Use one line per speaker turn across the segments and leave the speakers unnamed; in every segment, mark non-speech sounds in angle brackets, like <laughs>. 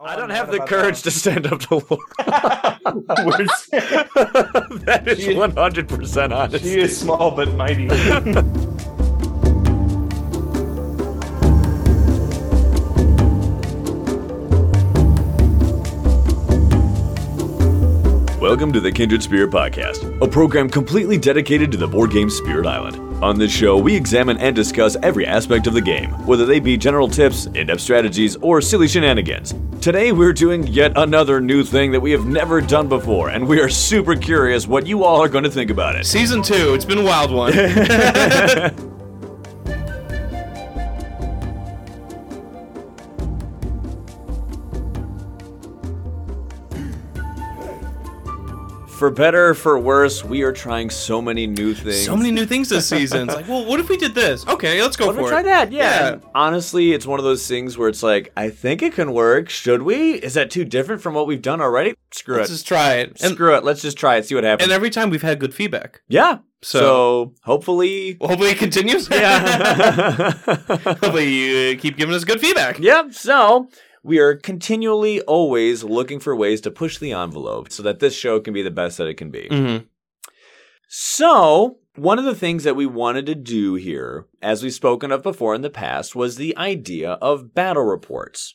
I
Oh,
don't have the courage to stand up to Laura. <laughs> that is
She-
100% honest.
She is small but
<laughs>
mighty.
Welcome to the Kindred Spirit Podcast, a program completely dedicated to the board game Spirit Island. On this show, we examine and discuss every aspect of the game, whether they be general tips, in depth strategies, or silly shenanigans. Today, we're doing yet another new thing that we have never done before, and we are super curious what you all are going to think about it.
Season two. It's been a wild one.
For better or for worse, we are trying so many new things.
so many new things this season. It's like, well, what if we did this? Okay, let's go
Why don't
for
we
it.
try that? Yeah.
Yeah.
And honestly, it's one of those things where it's like, I think it can work. Should we? Is that too different from what we've done already? Screw
Let's
it.
just try it. And,
Screw it. Let's just try it. See what happens.
and every time we've had good feedback.
yeah. So,
So-
<laughs> hopefully.
Well, hopefully it <laughs> continues.
Yeah.
hopefully you uh, keep giving us good feedback.
yep. So we are continually, always looking for ways to push the envelope so that this show can be the best that it can be.
Mm-hmm.
So, one of the things that we wanted to do here, as we've spoken of before in the past, was the idea of battle reports.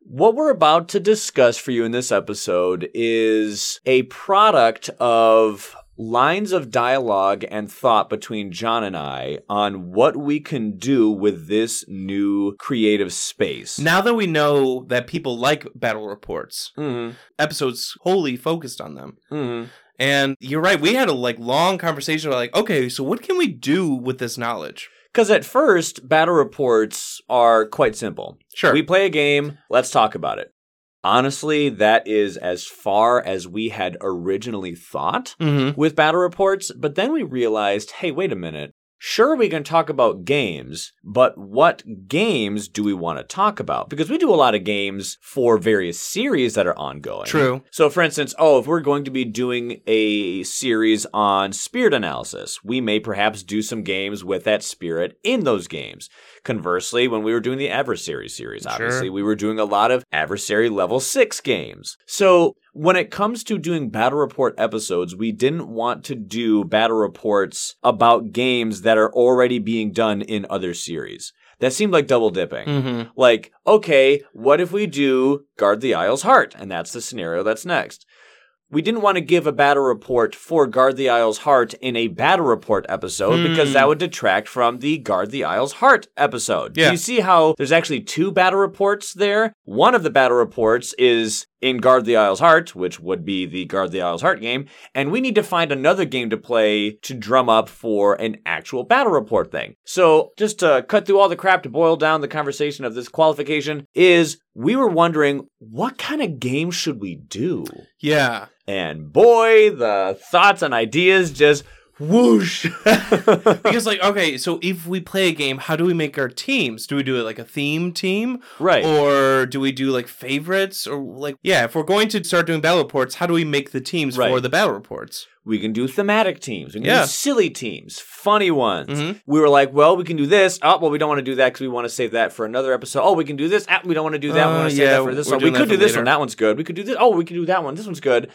What we're about to discuss for you in this episode is a product of lines of dialogue and thought between John and I on what we can do with this new creative space.
Now that we know that people like battle reports,
Mhm,
episodes wholly focused on them.
mhm.
And you're right. We had a like long conversation about like, okay, so what can we do with this knowledge?
Because at first, battle reports are quite simple.
Sure.
We play a game, let's talk about it. Honestly, that is as far as we had originally thought
mm-hmm.
with battle reports, but then we realized hey, wait a minute. Sure, we can talk about games, but what games do we want to talk about? Because we do a lot of games for various series that are ongoing.
True.
So, for instance, oh, if we're going to be doing a series on spirit analysis, we may perhaps do some games with that spirit in those games. Conversely, when we were doing the adversary series,
Sure.
obviously, we were doing a lot of adversary level six games. So, when it comes to doing battle report episodes, we didn't want to do battle reports about games that are already being done in other series. That seemed like double dipping
Mm-hmm.
<laughs> like, okay, what if we do guard the Isle's heart? And that's the scenario that's next. We didn't want to give a battle report for Guard the Isle's Heart in a battle report episode
Hmm.
because that would detract from the Guard the Isle's Heart episode. Do
Yeah.
you see how there's actually two battle reports there? One of the battle reports is in Guard the Isle's Heart, which would be the Guard the Isle's Heart game, and we need to find another game to play to drum up for an actual battle report thing. So, just to cut through all the crap to boil down the conversation of this qualification is we were wondering what kind of game should we do?
Yeah.
And boy, the thoughts and ideas just whoosh. <laughs>
because like okay so if we play a game how do we make our teams do we do it like a theme team
right.
or do we do like favorites or like yeah if we're going to start doing battle reports how do we make the teams for
Right.
the battle reports
we can do thematic teams. We can
Yeah.
do silly teams, funny ones.
Mhm.
We were like, well, we can do this. Oh, well, we don't want to do that because we want to save that for another episode. Oh, we can do this. Ah, we don't want to do that. we
Uh,
want to save
yeah,
that for this
we're
one. We
doing that
could do
for
this
later.
one. That one's good. We could do this. Oh, we can do that one. This one's good.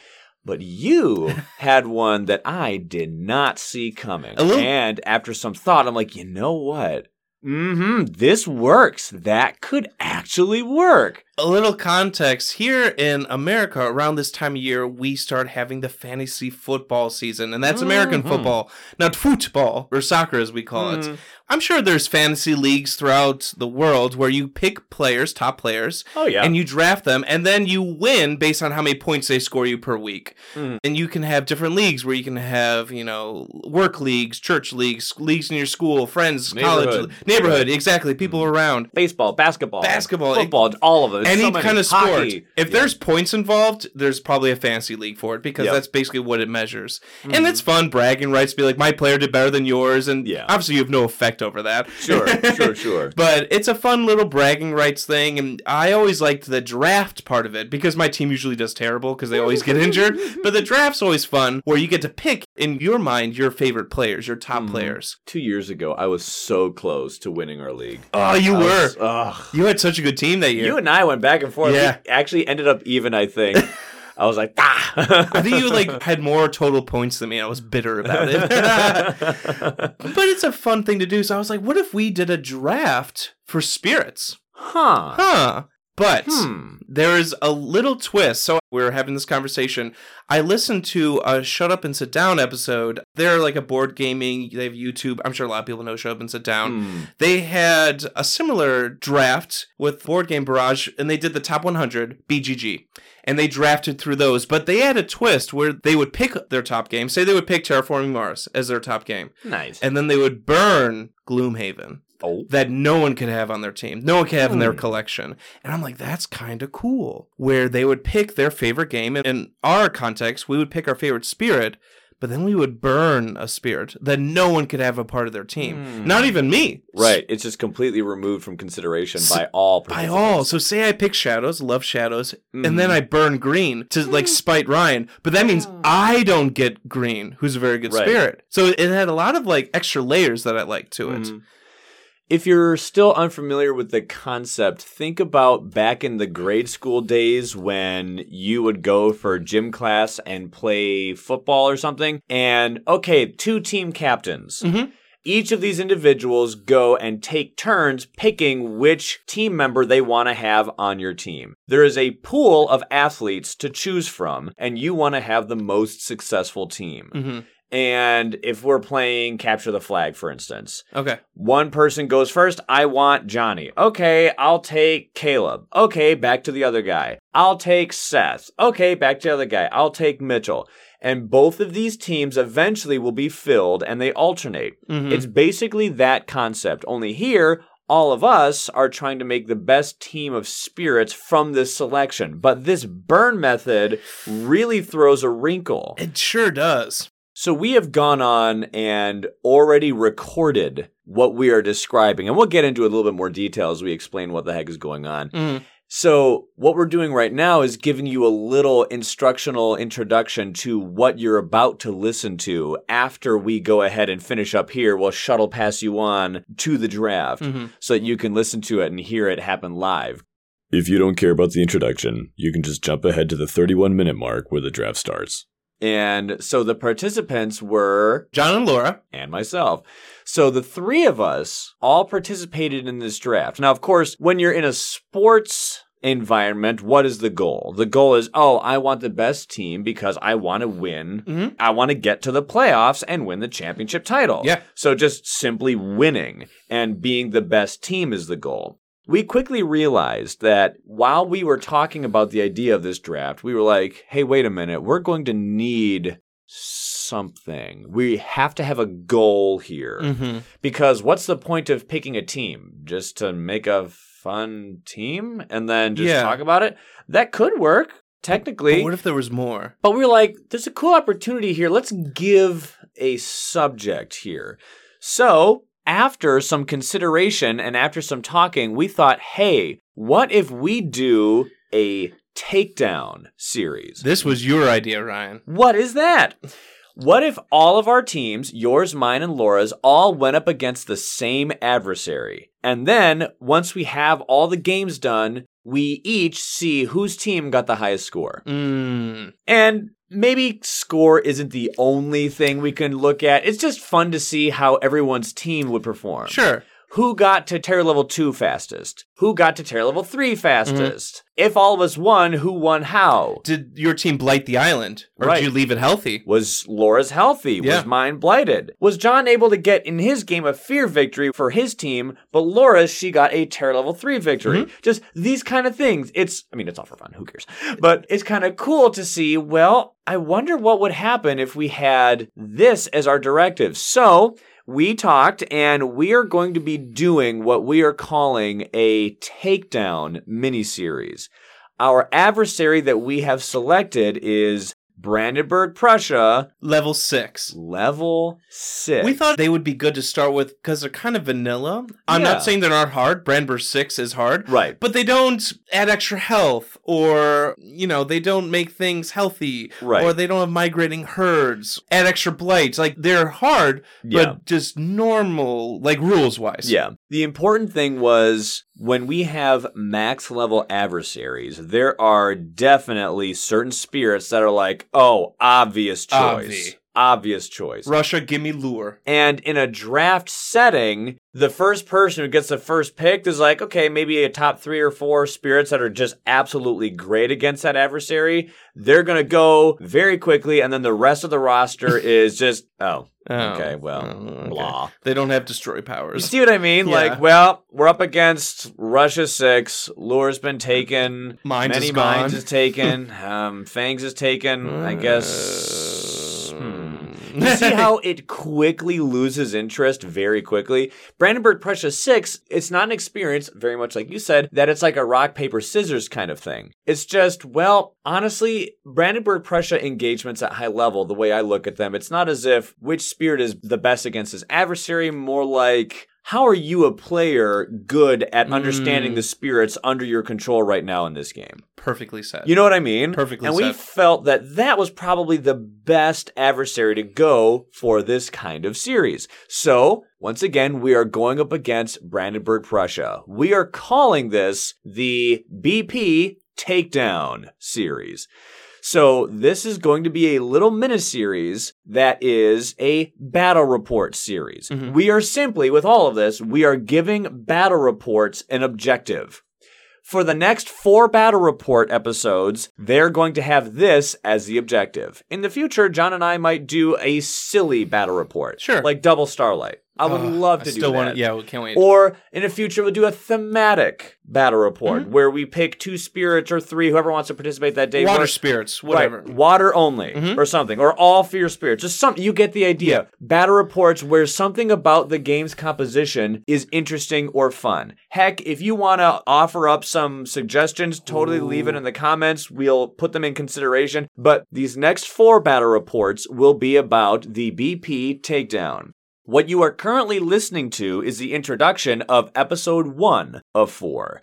But
<laughs>
you had one that I did not see coming.
A little-
And after some thought, I'm like, you know what? Mm-hmm. This works. That could actually work.
a little context here in america around this time of year we start having the fantasy football season and that's american
Mhm.
football not football or soccer as we call it
Mm.
i'm sure there's fantasy leagues throughout the world where you pick players top players
Oh yeah.
and you draft them and then you win based on how many points they score you per week
Mm.
and you can have different leagues where you can have you know work leagues church leagues leagues in your school friends
Neighborhood. Mm.
college neighborhood exactly people around
Baseball, basketball,
Basketball,
football, all of it. There's
any
so many.
kind of sport
Hockey.
if
Yeah.
there's points involved there's probably a fantasy league for it because
Yep.
that's basically what it measures and it's fun bragging rights to be like my player did better than yours and
Mm-hmm. Yeah.
obviously you have no effect over that <laughs>
Sure, sure, sure.
But it's a fun little bragging rights thing, and I always liked the
<laughs>
draft part of it because my team usually does terrible because they always get injured. But the draft's always fun, where you get to pick in your mind your favorite players, your
Mm-hmm.
top players.
Two years ago, I was so close to winning our league.
Oh, you
I
were.
was- ugh.
you had such a good team that year.
You and I went back and forth.
Yeah.
We actually ended up even, I <laughs> think. I was like, ah. <laughs>
I think you like had more total points than me. I was bitter about it.
<laughs>
but it's a fun thing to do. So I was like, what if we did a draft for spirits?
<laughs> huh.
Huh. But
Hmm.
there is a little twist. So we were having this conversation. I listened to a Shut Up and Sit Down episode. They're like a board gaming, they have YouTube. I'm sure a lot of people know Shut Up and Sit Down.
Hmm.
They had a similar draft with Board Game Barrage, and they did the top 100 BGG, and they drafted through those. But they had a twist where they would pick their top game. Say they would pick Terraforming Mars as their top game,
Nice.
and then they would burn Gloomhaven
oh.
that no one could have on their team, no one could have in their
Hmm.
collection. And I'm like, that's kind of cool. Where they would pick their favorite game, and in our context, we would pick our favorite spirit. But then we would burn a spirit that no one could have a part of their team.
Hmm.
Not even me.
Right. It's just completely removed from consideration
S-
by all.
By
participants.
all. So say I pick shadows, love shadows,
Mhm.
and then I burn green to like spite Ryan, but that means I don't get green, who's a very good
Right.
spirit. So it had a lot of like extra layers that I like to it.
Mhm. If you're still unfamiliar with the concept, think about back in the grade school days when you would go for gym class and play football or something. And okay, two team captains.
Mhm.
Each of these individuals go and take turns picking which team member they want to have on your team. There is a pool of athletes to choose from, and you want to have the most successful team.
Mhm.
And if we're playing Capture the Flag, for instance,
Okay.
one person goes first. I want Johnny. Okay, I'll take Caleb. Okay, back to the other guy. I'll take Seth. Okay, back to the other guy. I'll take Mitchell. And both of these teams eventually will be filled and they alternate.
Mhm.
It's basically that concept. Only here, all of us are trying to make the best team of spirits from this selection. But this burn method really throws a wrinkle.
It sure does.
So we have gone on and already recorded what we are describing, and we'll get into a little bit more detail as we explain what the heck is going on.
Mhm.
So what we're doing right now is giving you a little instructional introduction to what you're about to listen to after we go ahead and finish up here. We'll shuttle pass you on to the draft
Mhm.
so that you can listen to it and hear it happen live. If you don't care about the introduction, you can just jump ahead to the 31 minute mark where the draft starts. And so the participants were
John and Laura.
and myself. So the three of us all participated in this draft. Now, of course, when you're in a sports environment, what is the goal? The goal is, oh, I want the best team because I want to win.
Mhm.
I want to get to the playoffs and win the championship title.
Yeah.
So just simply winning and being the best team is the goal. We quickly realized that while we were talking about the idea of this draft, we were like, hey, wait a minute, we're going to need something. We have to have a goal here.
Mhm.
Because what's the point of picking a team? Just to make a fun team and then just
Yeah.
talk about it? That could work,
But
technically.
what if there was more?
But we were like, there's a cool opportunity here. Let's give a subject here. So, after some consideration and after some talking, we thought, hey, what if we do a takedown series?
This was your idea, Ryan.
What is that? What if all of our teams, yours, mine, and Laura's, all went up against the same adversary? And then, once we have all the games done, we each see whose team got the highest score.
Mm.
And maybe score isn't the only thing we can look at. It's just fun to see how everyone's team would perform.
Sure.
Who got to tier level 2 fastest? Who got to tier level 3 fastest? If all of us won, who won how?
Did your team blight the island, or
Right.
did you leave it healthy?
Was Laura's healthy?
Yeah.
Was mine blighted? Was John able to get in his game a fear victory for his team, but Laura's she got a terror level three victory? Just these kind of things. It's I mean it's all for fun, who cares? But it's kind of cool to see, well, I wonder what would happen if we had this as our directive. So we talked and we are going to be doing what we are calling a takedown miniseries. Our adversary that we have selected is Brandenburg, Prussia,
Level six.
level six.
We thought they would be good to start with because they're kind of vanilla. I'm
Yeah.
not saying they're not hard. Brandenburg six is hard.
right.
But they don't add extra health, or, you know, they don't make things healthy,
Right.
or they don't have migrating herds, add extra blights. Like, they're hard,
yeah.
but just normal, like rules wise.
Yeah. The important thing was when we have max level adversaries, there are definitely certain spirits that are like, oh, obvious choice.
Obvi.
Obvious choice.
Russia, give me lure.
And in a draft setting, the first person who gets the first pick is like, okay, maybe a top three or four spirits that are just absolutely great against that adversary. They're going to go very quickly. And then the rest of the
<laughs>
roster is just, oh, Okay, well,
oh, okay.
blah.
They don't have destroy
You
powers.
see what I mean?
Yeah.
Like, well, we're up against Russia six. Lure's been taken.
Mines
Many
is gone.
mines is
<laughs>
taken. um, Fangs is taken. I guess.
Uh,
Hmm. You see how it quickly loses interest very quickly. Brandenburg Prussia six. It's not an experience, very much like you said, that it's like a rock paper scissors kind of thing. It's just, well, honestly, Brandenburg Prussia engagements at high level. The way I look at them, it's not as if which spirit is the best against his adversary. More like. How are you a player good at understanding
Mm.
the spirits under your control right now in this game?
<laughs> perfectly said.
You know what I mean?
Perfectly
And we
said.
felt that that was probably the best adversary to go for this kind of series. So, once again, we are going up against Brandenburg Prussia. We are calling this the BP Takedown series. So, this is going to be a little mini series that is a battle report series.
Mhm.
We are simply, with all of this, we are giving battle reports an objective. For the next four battle report episodes, they're going to have this as the objective. In the future, John and I might do a silly battle report.
Sure.
Like Double Starlight. I would
Ugh,
love to
I still
do
wanna-
that.
yeah, we can't wait.
Or in the future, we'll do a thematic battle report
Mm-hmm.
where we pick two spirits or three, whoever wants to participate that day.
Water
We're-
spirits,
Right,
whatever.
water only
Mhm.
or something, or all for your spirits. Just something. You get the idea. Battle reports where something about the game's composition is interesting or fun. Heck, if you want to offer up some suggestions, totally leave it in the comments. We'll put them in consideration. But these next four battle reports will be about the BP takedown. What you are currently listening to is the introduction of episode one of four.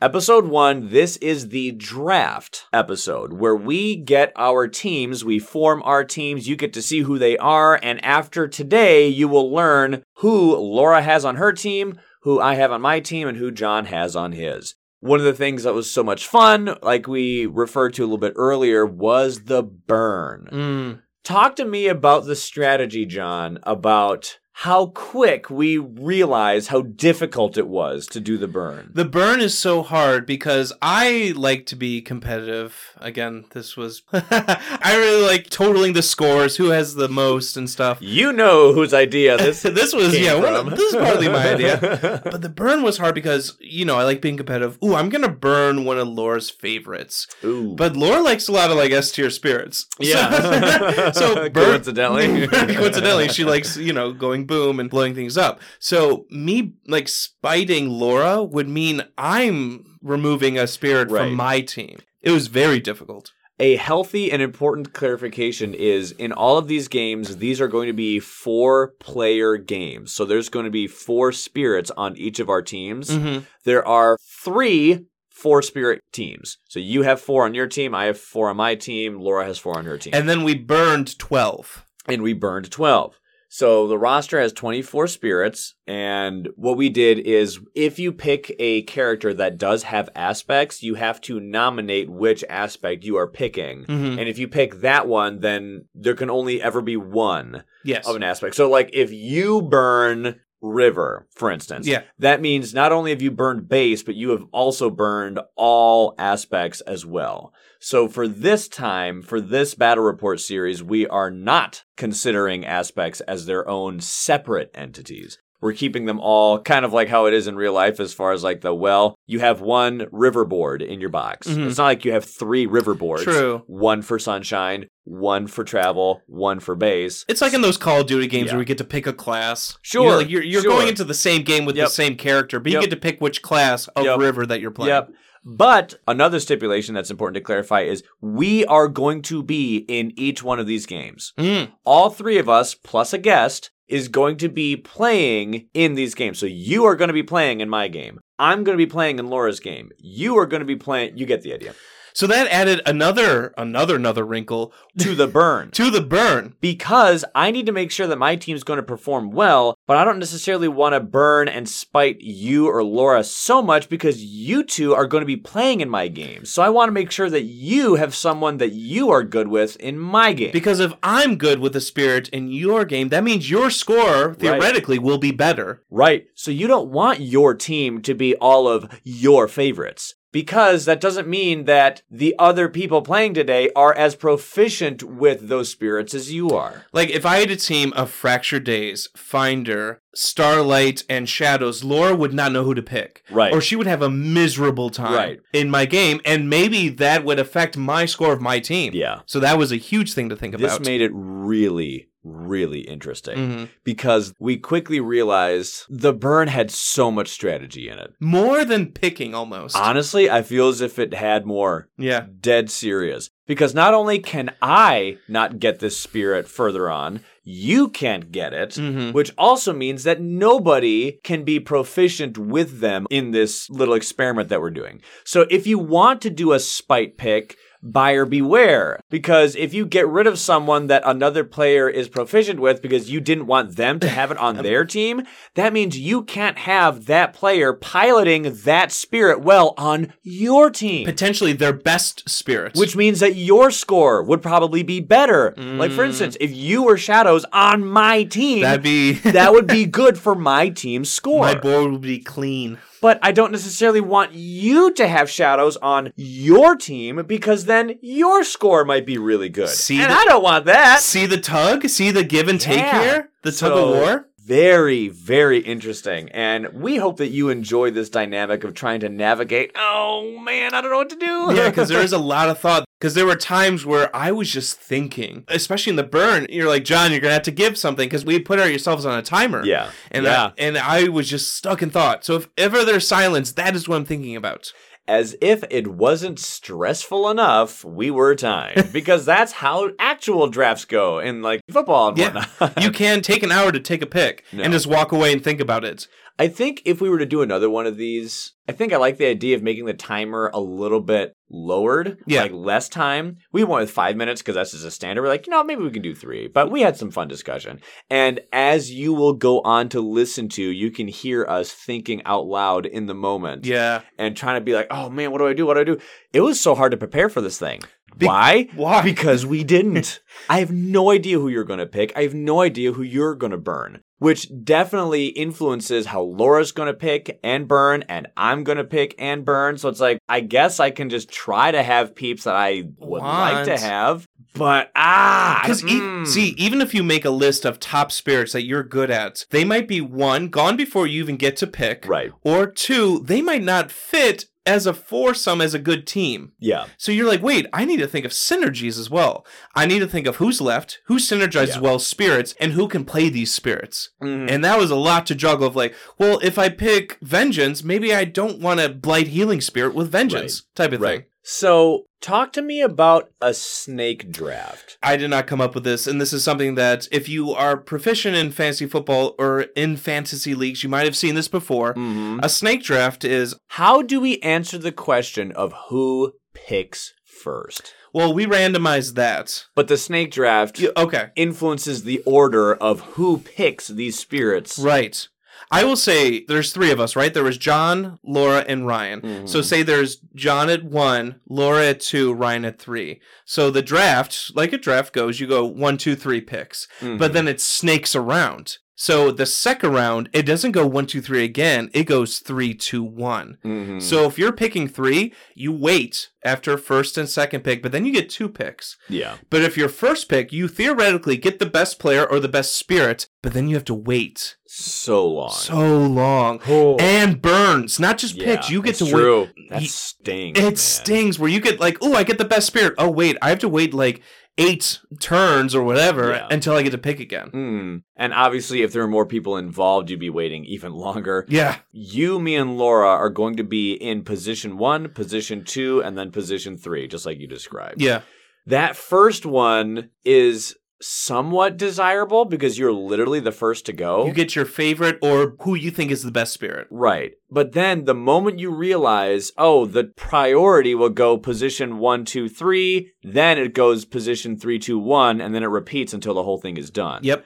Episode one, this is the draft episode where we get our teams, we form our teams, you get to see who they are, and after today, you will learn who Laura has on her team, who I have on my team, and who John has on his. One of the things that was so much fun, like we referred to a little bit earlier, was the burn.
Mm.
Talk to me about the strategy, John, about how quick we realized how difficult it was to do the burn.
The burn is so hard because I like to be competitive. Again, this was <laughs> I really like totaling the scores, who has the most and stuff.
You know whose idea
<laughs>
this
This was
came
yeah, one of-
from.
this is partly my idea.
<laughs>
But the burn was hard because, you know, I like being competitive. Ooh, I'm gonna burn one of Laura's favorites.
Ooh.
But Laura likes a lot of like S tier spirits. <laughs> So-
Yeah.
So,
<laughs>
burn- <laughs>
Coincidentally.
coincidentally, she likes you know going boom and blowing things up. So me like spiting Laura would mean I'm removing a spirit
Right.
from my team. It was very difficult.
a healthy and important clarification is in all of these games, these are going to be four player games. So there's going to be four spirits on each of our teams.
Mm-hmm.
There are three four spirit teams. So you have four on your team, I have four on my team, Laura has four on her team.
And then we burned twelve.
and we burned 12. So the roster has 24 spirits. And what we did is if you pick a character that does have aspects, you have to nominate which aspect you are picking.
Mm-hmm.
And if you pick that one, then there can only ever be one
Yes.
of an aspect. So, like, if you burn River, for instance,
Yeah.
that means not only have you burned base, but you have also burned all aspects as well. So for this time, for this battle report series, we are not considering aspects as their own separate entities. We're keeping them all kind of like how it is in real life, as far as like the well, you have one river board in your box.
Mhm.
It's not like you have three river boards
True.
one for sunshine, one for travel, one for base.
It's like in those Call of Duty games
Yeah.
where we get to pick a class.
Sure,
You know, like you're you're
sure.
going into the same game with
Yep.
the same character, but
Yep.
you get to pick which class of
Yep.
river that you're playing.
Yep. But another stipulation that's important to clarify is we are going to be in each one of these games.
Mm.
All three of us, plus a guest, is going to be playing in these games. So you are going to be playing in my game. I'm going to be playing in Laura's game. You are going to be playing. You get the idea.
So that added another, another, another wrinkle
To the burn.
<laughs> to the burn.
because I need to make sure that my team's going to perform well, but I don't necessarily want to burn and spite you or Laura so much because you two are going to be playing in my game. So I want to make sure that you have someone that you are good with in my game.
Because if I'm good with the spirit in your game, that means your score theoretically will be better.
right. So you don't want your team to be all of your favorites. Because that doesn't mean that the other people playing today are as proficient with those spirits as you are.
Like if I had a team of Fracture Days, Finder, Starlight, and Shadows, Laura would not know who to pick.
Right.
Or she would have a miserable time
Right.
in my game, and maybe that would affect my score of my team.
Yeah.
So that was a huge thing to think
This
about.
made it really, really interesting.
Mhm.
because we quickly realized the burn had so much strategy in it.
More than picking almost.
Honestly, I feel as if it had more.
yeah.
Dead serious. Because not only can I not get this spirit further on, you can't get it,
Mhm.
which also means that nobody can be proficient with them in this little experiment that we're doing. So if you want to do a spite pick, buyer beware because if you get rid of someone that another player is proficient with because you didn't want them to have it on their team that means you can't have that player piloting that spirit well on your team
Potentially their best spirits.
which means that your score would probably be better. Like,
Mm.
for instance, if you were Shadows on my team,
that'd
<laughs>
be <laughs>
that would be good for my team's score.
my board would be clean.
but I don't necessarily want you to have Shadows on your team because then your score might be really good.
See
and
the-
I don't want that.
See the tug? See the give and take
Yeah.
here? The tug
So-
of <laughs> war?
Very, very interesting. And we hope that you enjoy this dynamic of trying to navigate. Oh man, I don't know what to do.
yeah, because there
<laughs>
is a lot of thought. Because there were times where I was just thinking, especially in the burn, you're like, John, you're gonna have to give something because we put ourselves on a timer.
Yeah.
and
Yeah.
I, and I was just stuck in thought. So if ever there's silence, that is what I'm thinking about.
as if it wasn't stressful enough, we were
<laughs>
timed because that's how actual drafts go in like football and
Yeah,
whatnot. <laughs>
<laughs> you can take an hour to take a pick
No.
and just walk away and think about it.
I think if we were to do another one of these, I think I like the idea of making the timer a little bit lowered,
Yeah.
like less time. We went with five minutes because that's just a standard. We're like, you know, maybe we can do three, but we had some fun discussion. And as you will go on to listen to, you can hear us thinking out loud in the moment.
Yeah,
and trying to be like, oh man, what do I do? What do I do? It was so hard to prepare for this thing.
Be-
Why?
why?
Because we
<laughs>
didn't. I have no idea who you're going to pick. I have no idea who you're going to burn, which definitely influences how Laura's going to pick and burn, and I'm going to pick and burn. So it's like, I guess I can just try to have peeps that I would like to
Want.
have, but ah,
because
mm.
e-, see, even if you make a list of top spirits that you're good at, they might be one gone before you even get to pick,
right,
or two, they might not fit as a foursome as a good team.
yeah,
So you're like, wait, I need to think of synergies as well. I need to think of who's left, who synergizes
Yeah.
well spirits, and who can play these spirits.
Mhm.
And that was a lot to juggle of like, well, if I pick vengeance, maybe I don't want to blight healing spirit with vengeance type of
right.
thing.
So talk to me about a snake draft.
I did not come up with this, and this is something that if you are proficient in fantasy football or in fantasy leagues, you might have seen this before.
Mhm.
A snake draft is
How do we answer the question of who picks first?
well, we randomized that.
But the snake draft
Yeah, okay.
influences the order of who picks these spirits.
Right. I will say there's three of us, right? There was John, Laura, and Ryan. So say there's John at one, Laura at two, Ryan at three. So the draft, like a draft goes, you go one, two, three picks,
Mhm.
but then it snakes around. So the second round, it doesn't go one, two, three again. It goes three, two, one.
Mhm.
So if you're picking three, you wait after first and second pick, but then you get two picks.
yeah.
But if your first pick, you theoretically get the best player or the best spirit, but then you have to wait
So long.
so long.
cool.
And burns, not just
Yeah,
picks. You get
it's
to wait.
true. That
Ye-
stings.
It
man.
stings where you get like, oh, I get the best spirit. Oh wait, I have to wait like eight turns or whatever
Yeah.
until I get to pick again.
Hmm. And obviously, if there are more people involved, you'd be waiting even longer.
Yeah.
You, me, and Laura are going to be in position one, position two, and then position three, just like you described.
Yeah.
That first one is somewhat desirable because you're literally the first to go.
You get your favorite or who you think is the best spirit.
Right. But then the moment you realize, oh, the priority will go position one, two, three, then it goes position three, two, one, and then it repeats until the whole thing is done.
Yep.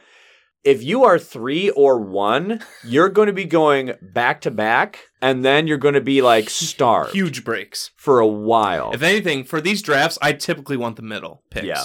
If you are three or one, you're going to be going back to back, and then you're going to be like starved
<laughs> Huge breaks.
for a while.
If anything, for these drafts, I typically want the middle picks.
Oh. Yeah.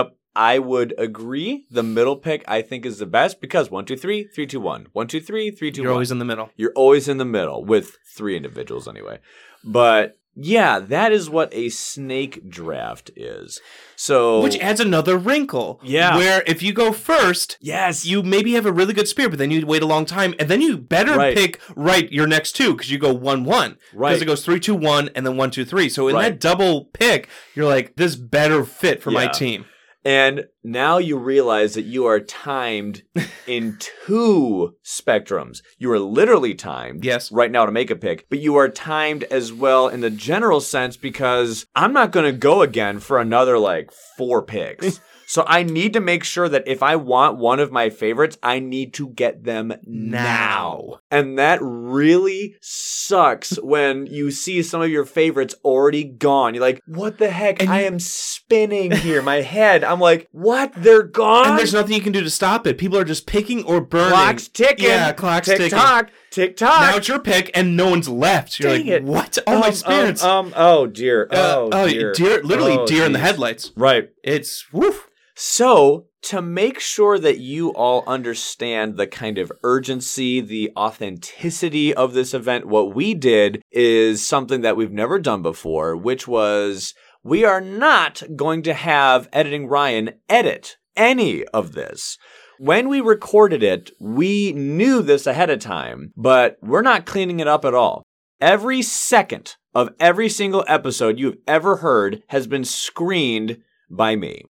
Yep. I would agree. The middle pick I think is the best because one, two, three, three, two, one. One, two, three, three, two,
You're
one.
always in the middle.
You're always in the middle with three individuals anyway. But yeah, that is what a snake draft is. So
Which adds another wrinkle.
Oh. Yeah.
Where if you go first,
yes, you
you maybe have a really good spirit, but then you wait a long time, and then you better
Right.
pick right your next two because you go one one.
Right.
Because it goes three two one and then one two three. So in
Right.
that double pick, you're like, this better fit for my
Yeah.
team.
and now you realize that you are timed in two spectrums. You are literally timed.
Yes.
Right now to make a pick, but you are timed as well in the general sense because I'm not going to go again for another like four picks. so I need to make sure that if I want one of my favorites, I need to get them now. And that really sucks when you see some of your favorites already gone. You're like, what the heck?
And
I
you-
am spinning here. My head. I'm like, what? They're gone?
And there's nothing you can do to stop it. People are just picking or burning.
Clock's ticking.
Yeah, clock's
tick
ticking.
tock. Tick tock.
Now it's your pick, and no one's left. You're
Dang
like,
it.
what? All my spirits.
Um, um, oh, dear. Oh,
Uh,
dear.
Literally,
Oh,
deer in the
jeez.
headlights.
Right.
It's woof.
So, to make sure that you all understand the kind of urgency, the authenticity of this event, what we did is something that we've never done before, which was we are not going to have Editing Ryan edit any of this. When we recorded it, we knew this ahead of time, but we're not cleaning it up at all. Every second of every single episode you've ever heard has been screened by me.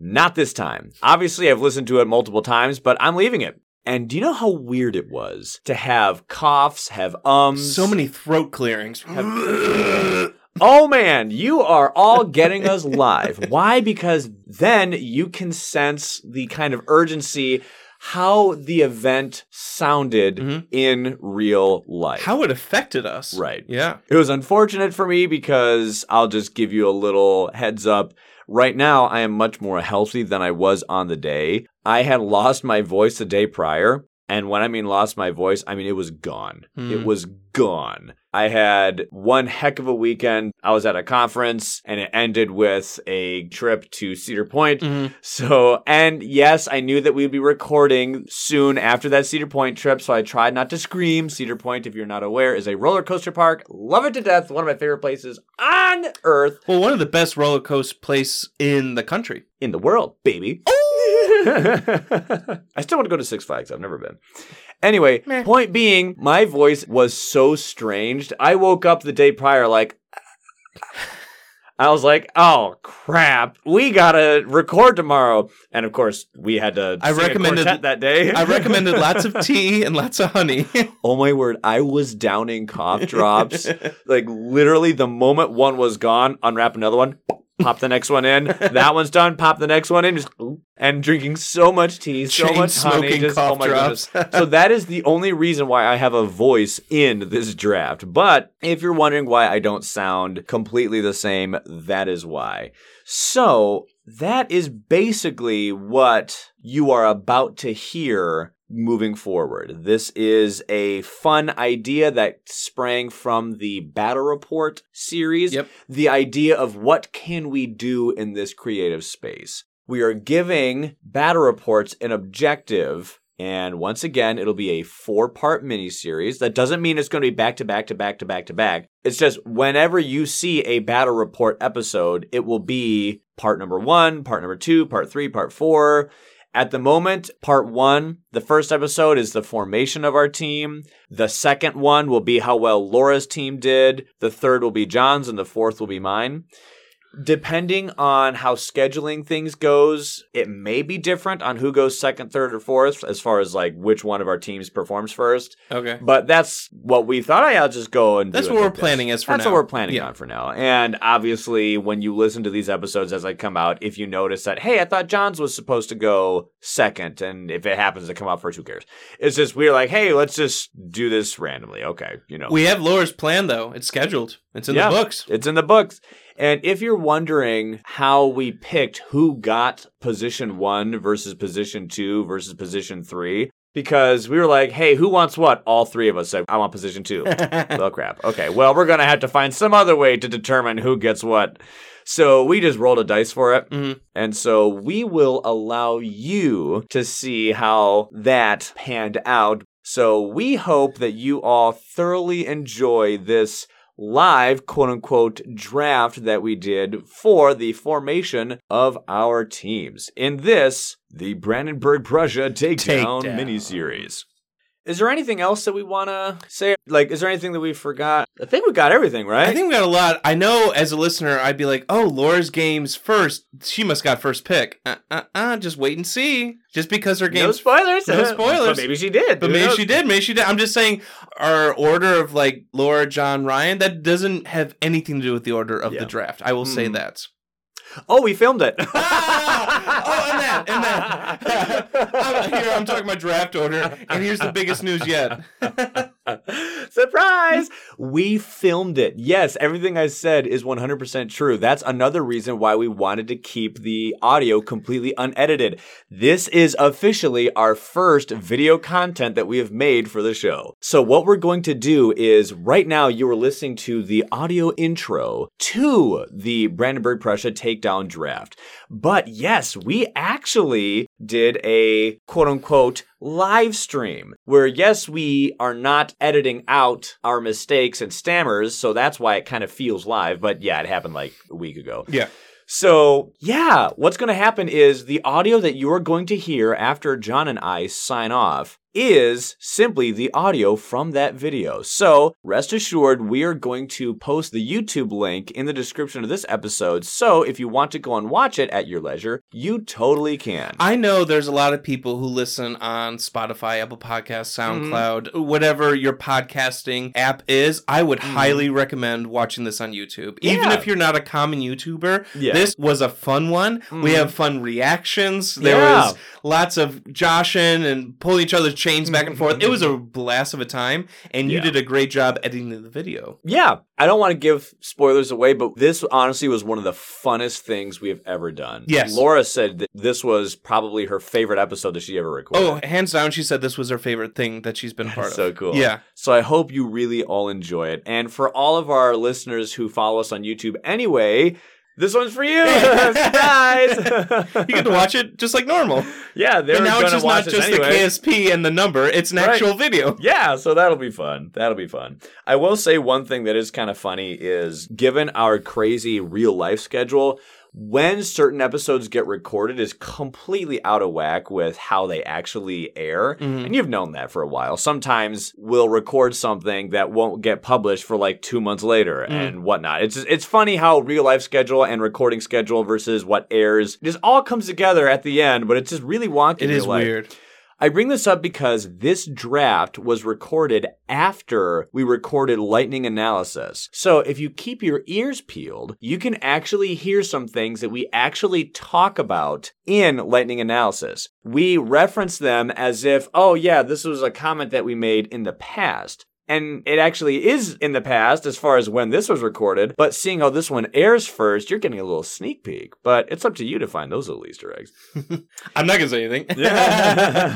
Not this time. Obviously, I've listened to it multiple times, but I'm leaving it. And do you know how weird it was to have coughs, have ums?
So many throat clearings.
Oh man, you are all getting us live. Why? Because then you can sense the kind of urgency, how the event sounded
Mhm.
in real life.
How it affected us.
Right.
Yeah.
It was unfortunate for me because I'll just give you a little heads up. Right now, I am much more healthy than I was on the day. I had lost my voice the day prior. And when I mean lost my voice, I mean it was gone.
Hmm.
It was gone. I had one heck of a weekend. I was at a conference and it ended with a trip to Cedar Point.
Mm-hmm.
So, and yes, I knew that we'd be recording soon after that Cedar Point trip, so I tried not to scream. Cedar Point, if you're not aware, is a roller coaster park. Love it to death. One of my favorite places on earth
Well, one of the best roller coaster place in the country.
in the world, baby. I still want to go to Six Flags. I've never been. Anyway,
Meh.
point being, my voice was so strange. I woke up the day prior like I was like, "Oh crap, we gotta record tomorrow." And of course, we had to.
I
sing a
recommended-
quartet that day. <laughs>
I recommended lots of tea and lots of honey.
Oh my word, I was downing cough
<laughs>
drops. like literally the moment one was gone, unwrap another one, pop the next one
<laughs>
in. That one's done, pop the next one in, just and drinking so much tea, so
<laughs> Chain
much honey,
smoking
just
cough
oh my
drops.
<laughs> goodness. So that is the only reason why I have a voice in this draft. But if you're wondering why I don't sound completely the same, that is why. So that is basically what you are about to hear moving forward. This is a fun idea that sprang from the Battle Report series.
Yep.
The idea of what can we do in this creative space. We are giving Battle Reports an objective. And once again, it'll be a four part miniseries. That doesn't mean it's going to be back to back to back to back to back. It's just whenever you see a battle report episode, it will be part number one, part number two, part three, part four. At the moment, part one, the first episode is the formation of our team. The second one will be how well Laura's team did. The third will be John's, and the fourth will be mine. Depending on how scheduling things goes, it may be different on who goes second, third, or fourth as far as like which one of our teams performs first.
Okay.
But that's what we thought. I'll just go and. do
That's
it
what we're
like this.
planning as for
That's
now.
what we're planning
Yeah.
on for now. And obviously, when you listen to these episodes as I come out, if you notice that, hey, I thought John's was supposed to go second, and if it happens to come out first, who cares? It's just we're like, hey, let's just do this randomly. Okay, you know.
We have Laura's plan though. It's scheduled. It's in
Yeah.
the books.
It's in the books. And if you're wondering how we picked who got position one versus position two versus position three, because we were like, hey, who wants what? All three of us said, I want position
<laughs>
two. well, crap. Okay. Well, we're going to have to find some other way to determine who gets what. So we just rolled a dice for it.
Mhm.
And so we will allow you to see how that panned out. So we hope that you all thoroughly enjoy this live quote unquote draft that we did for the formation of our teams in this, the Brandenburg Prussia Takedown,
Takedown.
miniseries. Is there anything else that we want to say? Like, is there anything that we forgot? I think we got everything, right?
I think we got a lot. I know as a listener, I'd be like, "Oh, Laura's game's first. She must got first pick." Uh, uh, uh just wait and see. Just because her
no
game's
spoilers.
no spoilers.
<laughs> But maybe she did.
But
Who
maybe
knows?
she did. Maybe she did. I'm just saying our order of like Laura, John, Ryan, that doesn't have anything to do with the order of
Yeah.
the draft. I will say
Mm.
that.
Oh, we filmed it. oh, and
oh, and that, and that. I'm, here, I'm talking my draft order, and here's the biggest news yet.
<laughs> Surprise! We filmed it. Yes, everything I said is 100% true. That's another reason why we wanted to keep the audio completely unedited. This is officially our first video content that we have made for the show. So, what we're going to do is right now you are listening to the audio intro to the Brandenburg Prussia takedown draft. But yes, we actually did a quote unquote live stream where, yes, we are not editing out our mistakes and stammers. So that's why it kind of feels live. But yeah, it happened like a week ago.
Yeah.
So, yeah, what's going to happen is the audio that you are going to hear after John and I sign off is simply the audio from that video. So, rest assured, we are going to post the YouTube link in the description of this episode. So, if you want to go and watch it at your leisure, you totally can.
I know there's a lot of people who listen on Spotify, Apple Podcasts, SoundCloud, whatever your podcasting app is. I would highly recommend watching this on YouTube. Even
Mm. Yeah.
if you're not a common YouTuber,
Yeah.
this was a fun one. We
Mhm.
have fun reactions. There
Yeah.
was lots of joshing and pulling each other's chains back and forth. It was a blast of a time, and
Mm. Yeah.
you did a great job editing the video.
yeah, I don't want to give spoilers away, but this honestly was one of the funnest things we have ever done.
Yes.
Laura said that this was probably her favorite episode that she ever recorded.
Oh, hands down, she said this was her favorite thing that she's been part of.
so cool.
Yeah.
So I hope you really all enjoy it. And for all of our listeners who follow us on YouTube anyway, this one's for
<laughs>
you. Surprise!
You get to watch it just like normal.
<laughs> yeah, they're
But now
going
it's
to
just not
watch
just
us anyway.
the KSP and the number, it's an
Right.
actual video.
<laughs> yeah, so that'll be fun. That'll be fun. I will say one thing that is kind of funny is given our crazy real life schedule, when certain episodes get recorded is completely out of whack with how they actually air.
Mhm.
And you've known that for a while. Sometimes we'll record something that won't get published for like two months
Mm.
later and whatnot. It's it's funny how real life schedule and recording schedule versus what airs just all comes together at the end, but it's just really wonky.
It
You're
is
like,
weird.
I bring this up because this draft was recorded after we recorded Lightning Analysis. So if you keep your ears peeled, you can actually hear some things that we actually talk about in Lightning Analysis. We reference them as if, oh, yeah, this was a comment that we made in the past. And it actually is in the past as far as when this was recorded, but seeing how this one airs first, you're getting a little sneak peek. But it's up to you to find those little Easter eggs.
I'm not gonna say
<laughs>
anything. <laughs>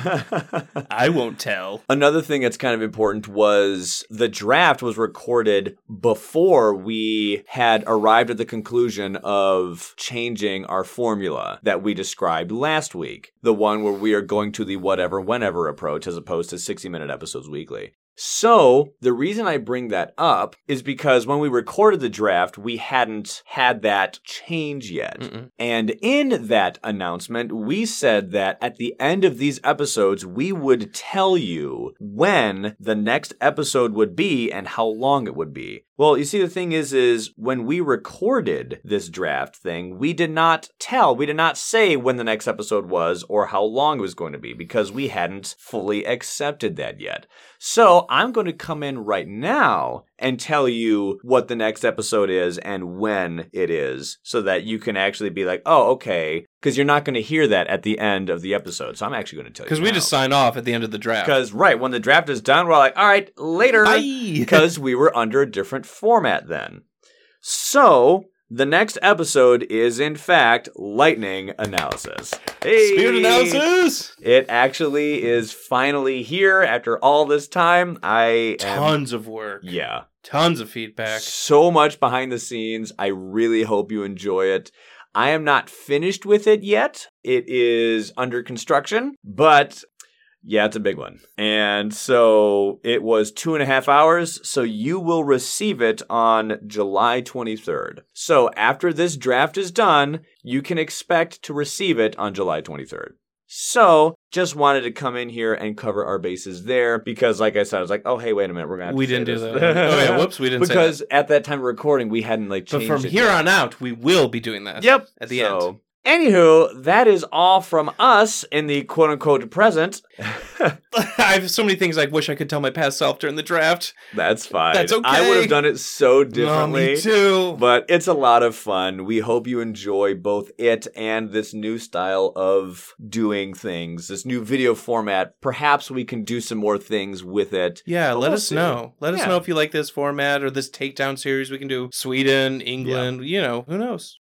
I won't tell.
Another thing that's kind of important was the draft was recorded before we had arrived at the conclusion of changing our formula that we described last week. The one where we are going to the whatever, whenever approach as opposed to 60 minute episodes weekly. So, the reason I bring that up is because when we recorded the draft, we hadn't had that change yet.
Mm-mm.
And in that announcement, we said that at the end of these episodes, we would tell you when the next episode would be and how long it would be. Well, you see, the thing is, is when we recorded this draft thing, we did not tell, we did not say when the next episode was or how long it was going to be because we hadn't fully accepted that yet. So I'm going to come in right now and tell you what the next episode is and when it is so that you can actually be like, oh, okay, because you're not going to hear that at the end of the episode. So I'm actually going to tell you.
Because we
now.
just signed off at the end of the draft.
Because right when the draft is done, we're like, all right, later,
Bye.
because we were under a different format then. So the next episode is in fact lightning analysis. Hey,
Spirit analysis.
It actually is finally here after all this time. I am,
Tons of work.
yeah,
Tons of feedback.
so much behind the scenes. I really hope you enjoy it. I am not finished with it yet. It is under construction, but yeah, it's a big one. And so it was two and a half hours. So you will receive it on July 23rd. So after this draft is done, you can expect to receive it on July 23rd. So just wanted to come in here and cover our bases there because, like I said, I was like, oh, hey, wait a minute. We're going to have
We
to say
didn't do
this. <laughs>
that. oh yeah, whoops, we didn't say
because at that time of recording we hadn't like
that. But
changed
from
it
here
yet.
on out, we will be doing that.
yep
At the end.
anywho that is all from us in the quote unquote present
<laughs> I have so many things I wish I could tell my past self during the draft.
that's fine
That's
i
okay.
would have done it so
No,
differently
me too.
but it's a lot of fun we hope you enjoy both it and this new style of doing things this new video format perhaps we can do some more things with it
yeah, let
we'll
us
see.
know. Let us
Yeah.
know if you like this format or this takedown series. We can do Sweden, England, you know, who knows?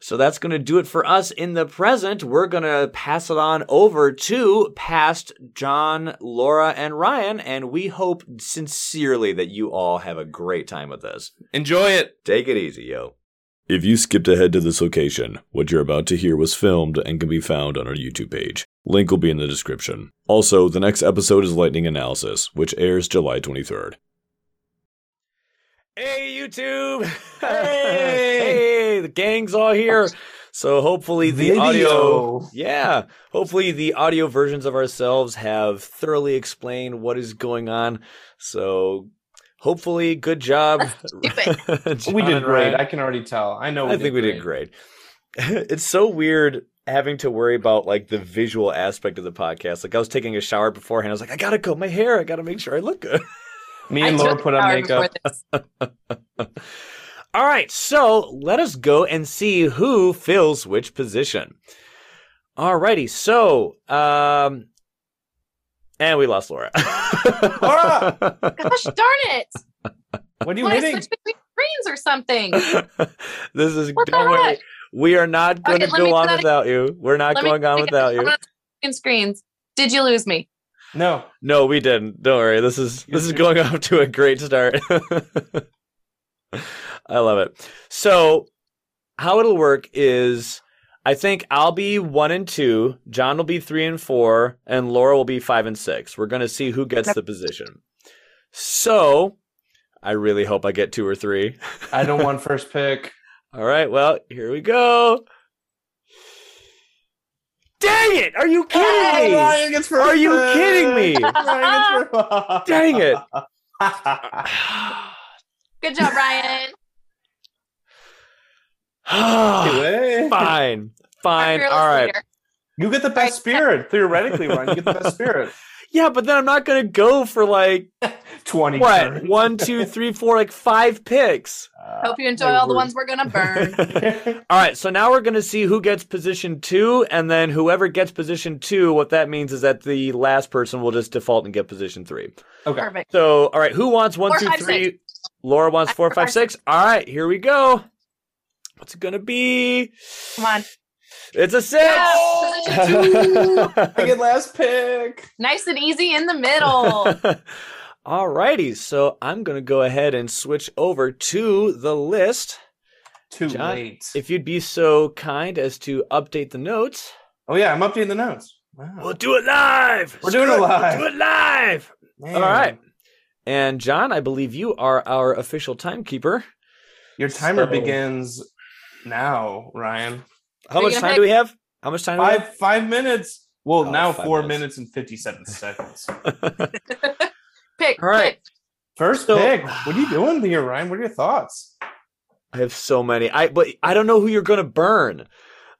So that's going to do it for us in the present. We're going to pass it on over to past John, Laura, and Ryan, and we hope sincerely that you all have a great time with us.
Enjoy it.
Take it easy, yo.
If you skipped ahead to this location, what you're about to hear was filmed and can be found on our YouTube page. Link will be in the description. Also, the next episode is Lightning Analysis, which airs July 23rd.
Hey, YouTube! <laughs>
Hey!
Hey, the gang's all here. So hopefully the audio. Yeah. Hopefully, the audio versions of ourselves have thoroughly explained what is going on. So, hopefully, good job. <laughs> John
We did
and Ryan.
great. I can already tell. I know.
I think we did great. <laughs> it's so weird having to worry about like the visual aspect of the podcast. Like, I was taking a shower beforehand. I was like, I gotta comb my hair. I gotta make sure I look good. <laughs>
Me
I
and Laura
took
put
an
on
hour
makeup.
before this.
All right, so let us go and see who fills which position. All righty, so um, and we lost Laura. <laughs>
Laura!
Gosh darn it!
What are you
Want to
hitting?
switch between screens
<laughs>
or something?
this is
What the
don't worry.
heck?
We are not going
Okay,
to
let me
go
do
on
that
without you. We're not
Let me
going on
take it.
without
I'm
you.
gonna switch between screens. Did you lose me?
No.
No, we didn't. Don't worry. This is this is going off to a great start. <laughs> I love it. So, how it'll work is I think I'll be 1 and 2, John will be 3 and 4, and Laura will be 5 and 6. We're going to see who gets the position. So, I really hope I get 2 or 3.
I don't want first pick.
All right. Well, here we go. Dang it! Are you kidding me? Are you kidding me? <laughs> Dang it. <laughs>
Good job, Ryan.
<gasps>
<laughs>
fine. Fine.
Fearless
All right.
leader.
You get the best spirit, theoretically, Ryan. You get the best spirit.
Yeah, but then I'm not going to go for like,
20.
what? <laughs> One, two, three, four, like five picks.
Hope you enjoy all the ones we're gonna
<laughs>
burn.
Burn.
All right. So now we're going to see who gets position two. And then whoever gets position two, what that means is that the last person will just default and get position three.
okay.
Perfect.
So, all right. Who wants one,
Four,
two, three?
five,
Laura wants
I-
four, five,
I-
six. All right. Here we go. What's it going to be?
Come on.
It's a six.
Yes,
<laughs>
position I get last pick.
Nice and easy in
<laughs>
the middle.
Alrighty, so I'm gonna go ahead and switch over to the list.
Too
John,
late.
If you'd be so kind as to update the notes,
oh, yeah. I'm updating the notes. Wow.
we'll do it live.
We're doing it
Screw
live.
We'll do it live.
Man.
All right. And John, I believe you are our official timekeeper.
Your timer
So-
begins now, Ryan.
How
Are you
much
gonna
time
pick-
do we have? How much time? do we have?
<laughs> Five five minutes. Well,
Oh,
now
five
four
minutes.
minutes and fifty-seven seconds.
Pick.
All right.
Pick.
First
So-
pick. What are you doing, Leah Ryan? What are your thoughts?
I have so many. I but I don't know who you're gonna burn.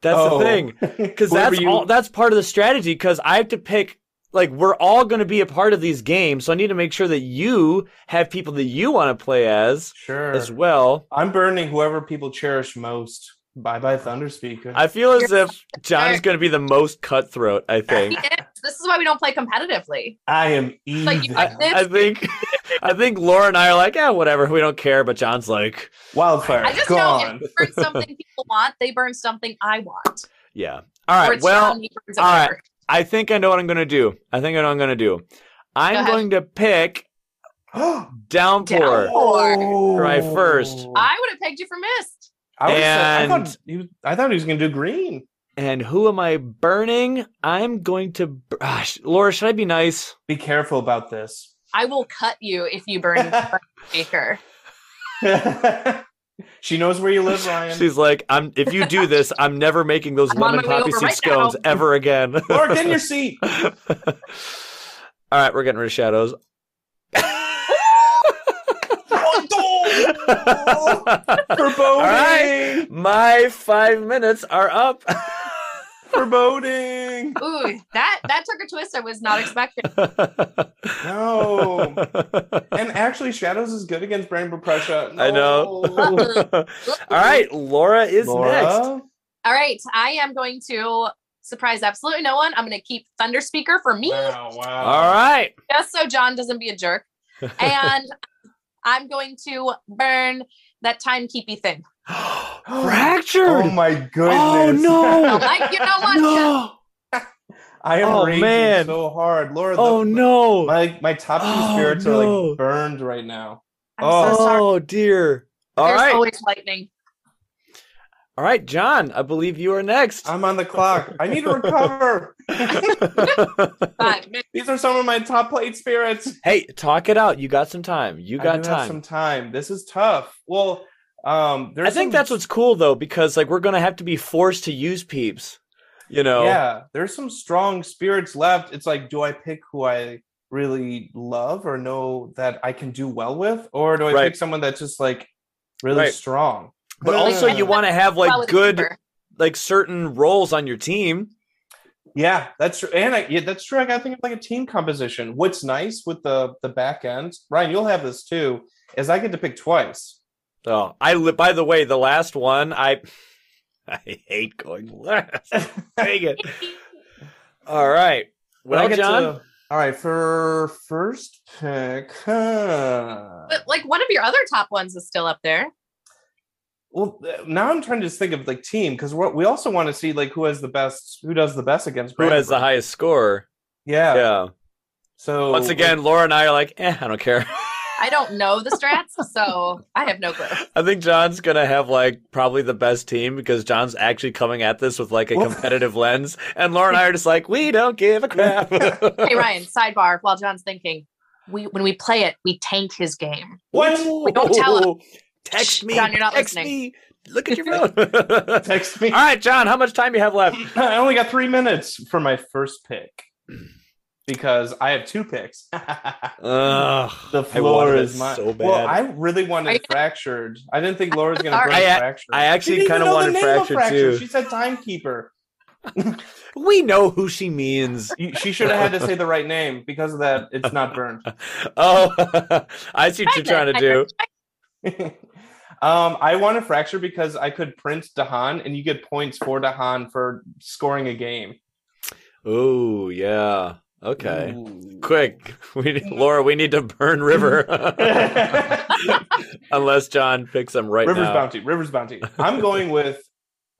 That's
Oh.
the thing. Because
Whoever
that's
you-
all that's part of the strategy, because I have to pick like we're all gonna be a part of these games, so I need to make sure that you have people that you want to play as
Sure.
as well.
I'm burning whoever people cherish most. Bye bye, Thunderspeaker.
I feel as if John is gonna be the most cutthroat, I
He
think.
is. This is why we don't play competitively.
I am
Like,
evil. Uh,
I-
I think <laughs> I think Laura and I are like, yeah, whatever, we don't care, but John's like,
Wildfire
I just know
gone.
if you burn something people want, they burn something I want.
yeah. All
Or
right,
it's
well,
John, he burns
all right.
whatever.
I think I know what I'm gonna do. I think I know what I'm gonna do.
Go
I'm
ahead.
going to pick Downpour.
Oh.
Try
<gasps>
first.
I would have pegged you for missed.
I, would've said- I
And-
thought he was, I thought he was going to do green
And who am I burning? I'm going to. bur- Ah, sh- Laura, should I be nice?
be careful about this
I will cut you if you burn
<laughs>
Baker.
<laughs> she knows where you <laughs> live ryan
She's like, I'm. If you do
<laughs>
this, I'm never making those
I'm on
lemon
my way
poppy seed
over right now.
scones ever
<laughs>
again.
Mark, get
<laughs>
in your <laughs> seat
All right, we're getting rid of shadows.
<laughs>
foreboding
All right. My five minutes are up. <laughs>
foreboding
Ooh, that that took a twist I was not expecting.
<laughs> no and actually shadows is good against brain pressure
I know. <laughs> All right, Laura is next.
Laura?
All right, I am going to surprise absolutely no one. I'm going to keep Thunder Speaker for me,
Wow, wow.
All right.
<gasps>
<gasps>
just so John doesn't be a jerk. And I'm going to burn that timekeepy thing.
Fractured.
Oh my goodness.
Oh, no.
Like, you know what?
<laughs> no.
I am
Oh,
raging
man.
so hard. Laura, the-
Oh no.
my my top two
Oh,
spirits are
no.
like burned right now.
I'm so sorry.
Oh dear. Oh, All
There's
right.
always lightning.
All right, John, I believe you are
<laughs>
next. <laughs>
I'm on the clock. I need to recover.
<laughs>
Five minutes.
These are some of my top eight spirits.
hey, talk it out. You got some time. You
I
got
do have
time.
some time. This is tough. Well, um, there's
I think
some-
that's what's cool though because like we're going to have to be forced to use peeps. You know.
Yeah, there's some strong spirits left. It's like, do I pick who I really love or know that I can do well with, or do I
Right.
pick someone that's just like really
Right.
strong?
But also you want to have
Well,
like
it's
good
over.
like certain roles on your team.
Yeah, that's true. And I, yeah, that's true. I gotta think of like a team composition. What's nice with the the back end, Ryan, you'll have this too, is I get to pick twice.
Oh, I li- by the way, the last one I <laughs> I hate going last. <laughs> Dang it. All right.
But I
Well,
get
John,
to- all right, for first pick, huh.
But like one of your other top ones is still up there.
Well, th- now I'm trying to just think of like team because we also want to see like who has the best, who does the best against
who has the
Brandenburg.
highest score?
Yeah.
Yeah.
So
Once again, Laura and I are like, eh, I don't care.
I don't know the strats, so I have no clue.
I think John's gonna have like probably the best team because John's actually coming at this with like a
Well-
competitive lens, and Laura and I are just like, we don't give a crap. <laughs>
<laughs> Hey Ryan, sidebar while John's thinking. We when we play it, we tank his game.
what?
don't tell him.
Text me.
John, you're not
text
listening.
me. Look at your phone. <laughs> All
<laughs> Text me. <laughs>
right, John, how much time do you have left?
I only got three minutes for my first pick because I have two picks. <laughs>
Ugh,
the
I wanted
floor
it
is mine.
so bad.
Well, I really
Are you
wanted fractured. I didn't think Laura was going to
Sorry.
bring
I-
fractured.
I actually
She didn't even
kinda
know the
wanted
name
Fractured, too.
She said timekeeper.
we know who she
<laughs>
means.
You- She should have had to say the right name because of that. It's
<laughs>
not burned.
Oh, I see what you're trying to do.
um, I want to fracture because I could print Dahan, and you get points for Dahan for scoring a game.
Oh, yeah. Okay.
Ooh. <laughs>
Quick, <laughs> we need, Laura, we need to burn
<laughs>
River. <laughs>
Rivers
Unless John picks them right now.
Bounty. Rivers Bounty. I'm going with.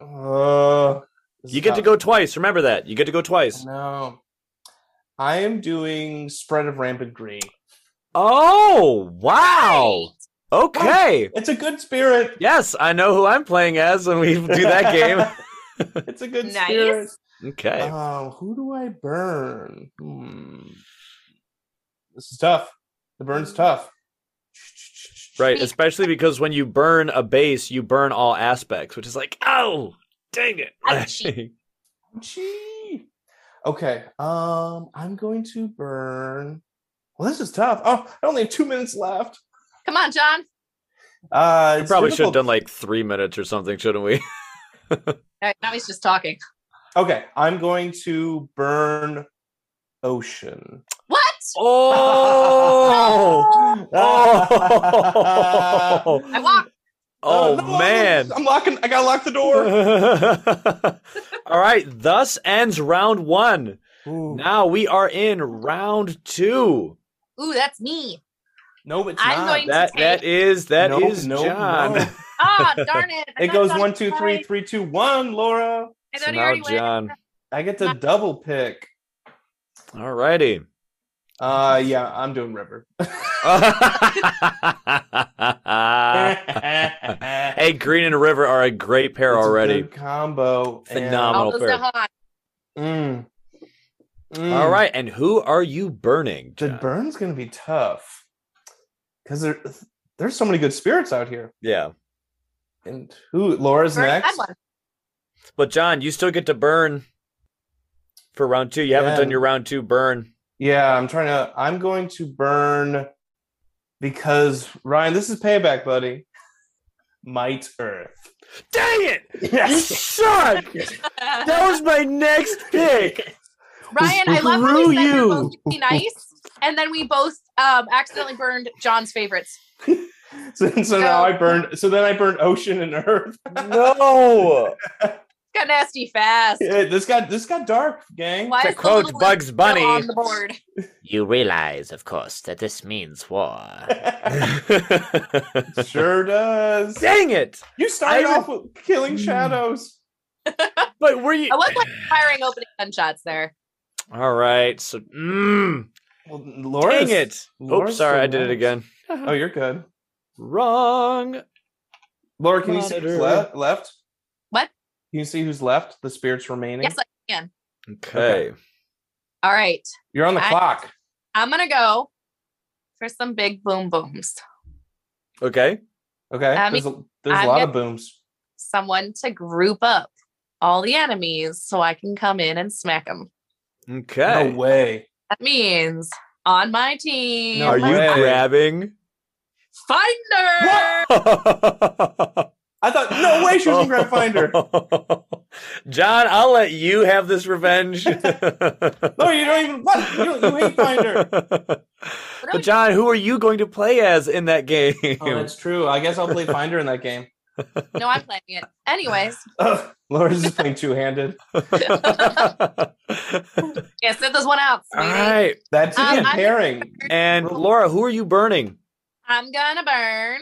Uh, this
You
is
get to
tough.
go twice. Remember that. You get to go twice.
No, I am doing spread of rampant green.
Oh, wow. Okay.
It's a good spirit.
Yes, I know who I'm playing as when we do
<laughs>
that game.
It's a good
Nice.
spirit.
Okay.
Oh, who do I burn? Hmm. This is tough. The burn's
Hmm.
tough.
Right, especially because when you burn a base, you burn all aspects, which is like, oh, dang it. <laughs>
Ouchie.
Gee. Okay. Um, I'm going to burn. Well, this is tough. Oh, I only have two minutes left.
Come on, John.
Uh,
We
it's
probably should have done
difficult.
like three minutes or something, shouldn't we?
All right, now he's just talking.
Okay, I'm going to burn ocean.
What?
<laughs>
<laughs>
Oh! oh!
I walked.
Oh,
Uh, no, I'm-
man.
I'm locking. I gotta lock the <laughs> door.
<laughs> All right, thus ends round one.
Ooh.
Now we are in round two.
Ooh, that's me.
No, it's
I'm
not.
going-
That that is that is
No, no,
John. <laughs>
no.
Ah, darn it. I
It
thought
goes
about
one, two, three,
mine.
three, two, one. Laura,
I
So
thought he
now
already went.
John.
I get to double pick.
All righty. <laughs>
Uh, yeah, I'm doing River.
hey, Green and River are a great pair
It's a
already.
good combo. and-
Phenomenal.
All
Donald
those
Fair.
to Han.
Mm. Mm.
All right, and who are you burning?
The
John?
burn's gonna be tough because there, there's so many good spirits out here.
yeah,
And who? Laura's
Very
next.
<laughs>
bad one.
but John, you still get to burn for round two. You haven't
Yeah.
done your round two burn.
Yeah, I'm trying to. I'm going to burn because Ryan, this is payback, buddy. Might Earth.
Dang it! You <laughs> suck! That was my next pick.
Ryan, I love how
Screw
we said
you.
we're both really nice, and then we both um, accidentally burned John's favorites.
<laughs> So, so
Oh.
now
No.
I burned. So then I burned Ocean and Earth. <laughs>
<laughs> No,
Got nasty fast.
Yeah, this got this got dark, gang.
Why
To
is the
quote
little
Bugs
list still
Bunny-
on the board?
You realize, of course, that this means
<laughs>
war.
<laughs> sure does.
dang it!
You started
I- Mm.
off with killing shadows.
But were you
I was like firing opening gunshots there.
all right? So, mm,
Well, Laura.
dang it! Oops,
Laura's
sorry,
still
I did it
next.
again.
Oh, you're good.
Wrong.
Laura, can you see who's
Monitor.
le- left?
What?
Can you see who's left? The spirits remaining.
Yes, I-
Okay.
all right.
You're on the
I-
clock.
I'm gonna go for some big boom booms.
Okay.
Okay.
Um,
I
there's a, there's a
I'm
lot
gonna-
of booms.
Someone to group up all the enemies so I can come in and smack them.
Okay.
No way.
That means on my team,
No
Are you
way.
grabbing?
Finder.
I thought no way she was in Grand Finder.
<laughs> John, I'll let you have this <laughs> revenge.
No, you don't even what? You, don't, you
<laughs>
hate Finder.
But John, who are you going to play as in that game?
Oh, that's true. I guess I'll play Finder in that game.
No, I'm playing it. Anyways,
<laughs> Ugh. Laura's just playing two handed.
<laughs> All
yeah, set those one out. sweetie.
right.
That's a
Um,
good
I- <laughs>
pairing.
And Laura, who are you burning?
I'm gonna burn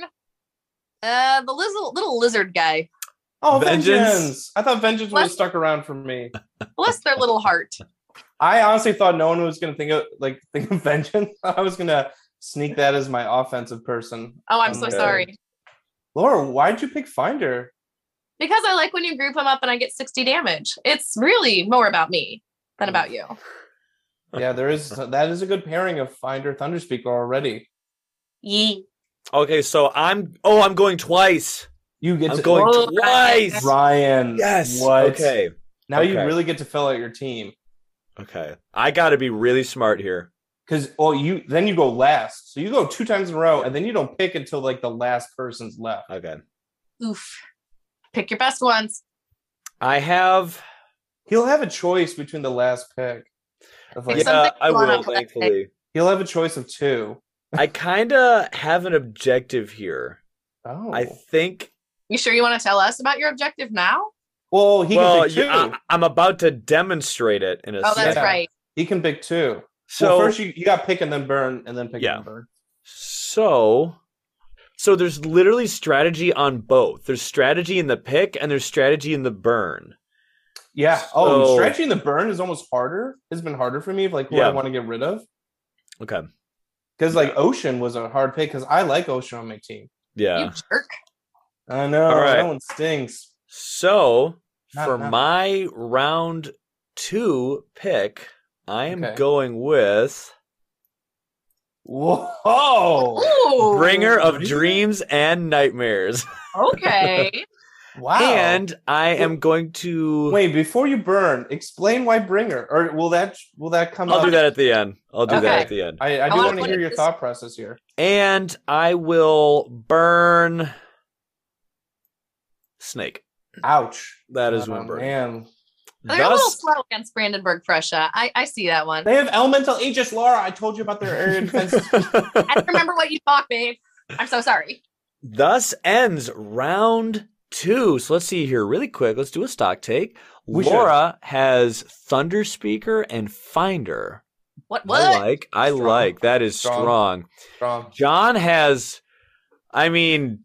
uh the little little lizard guy.
Oh,
Vengeance?
vengeance. I thought vengeance would have
What?
stuck around for me.
Bless their little heart.
I honestly thought no one was gonna think of like <laughs> think of vengeance. I was gonna sneak that as my offensive person.
Oh, I'm so
Okay.
sorry.
Laura, why'd you pick Finder?
Because I like when you group them up and I get 60 damage. It's really more about me than about you.
Yeah,
<laughs>
there is that is a good pairing of Finder Thunderspeaker already.
Yee.
Okay, so I'm oh, I'm going twice.
You get
I'm
to
going
Oh,
twice.
Ryan.
Yes.
What?
Okay.
Now you
Okay.
really get to fill out your team
Okay. I got to be really smart here.
because well, you then you go last, so you go two times in a row, and then you don't pick until like the last person's left.
Okay.
Oof. Pick your best ones.
I have
He'll have a choice between the last pick. Of like,
It's a-
yeah,
something
I
you wanna
will,
play.
thankfully.
he'll have a choice of two.
I kind of have an objective here.
Oh,
I think.
You sure you want to tell us about your objective now?
well, he
well,
can pick two.
you- I, am about to demonstrate it in a
Oh, that's
second.
Yeah.
right.
he can pick two.
So,
well, first you, you got pick and then burn, and then pick
Yeah.
and burn.
so, so there's literally strategy on both. There's strategy in the pick and there's strategy in the burn.
Yeah. oh,
So-
stretching the burn is almost harder. It's been harder for me of like who
Yeah.
I want to get rid of.
Okay.
Because like Ocean was a hard pick because I like Ocean on my team.
Yeah. <laughs>
You jerk.
I know
All right.
that one stings.
So,
Not-
for
not-
my round two pick, I am
Okay.
going with
Whoa!
Ooh.
Bringer of
really?
Dreams and Nightmares. <laughs>
Okay.
Wow.
And I am going to.
wait, before you burn, explain why Bringer, or will that will that come?
I'll
up?
do that at the end. I'll do that
Okay.
at the end.
I, I do
wanna
want to
put
hear
it
your
this-
thought process here.
And I will burn. Snake.
Ouch.
That is
Oh,
one burn.
Man,
They're a little
Thus-
slow against Brandenburg Prussia. I, I see
<laughs>
that one.
they have elemental Aegis Laura. I told you about their area defense.
I don't remember what you thought, babe. I'm so sorry.
<laughs> Thus ends round two. So let's see here, really quick. Let's do a stock take.
We should.
Laura has Thunder Speaker and Finder. I
What? What?
like. I
Strong.
like. That is
Strong.
strong.
Strong.
John has, I mean,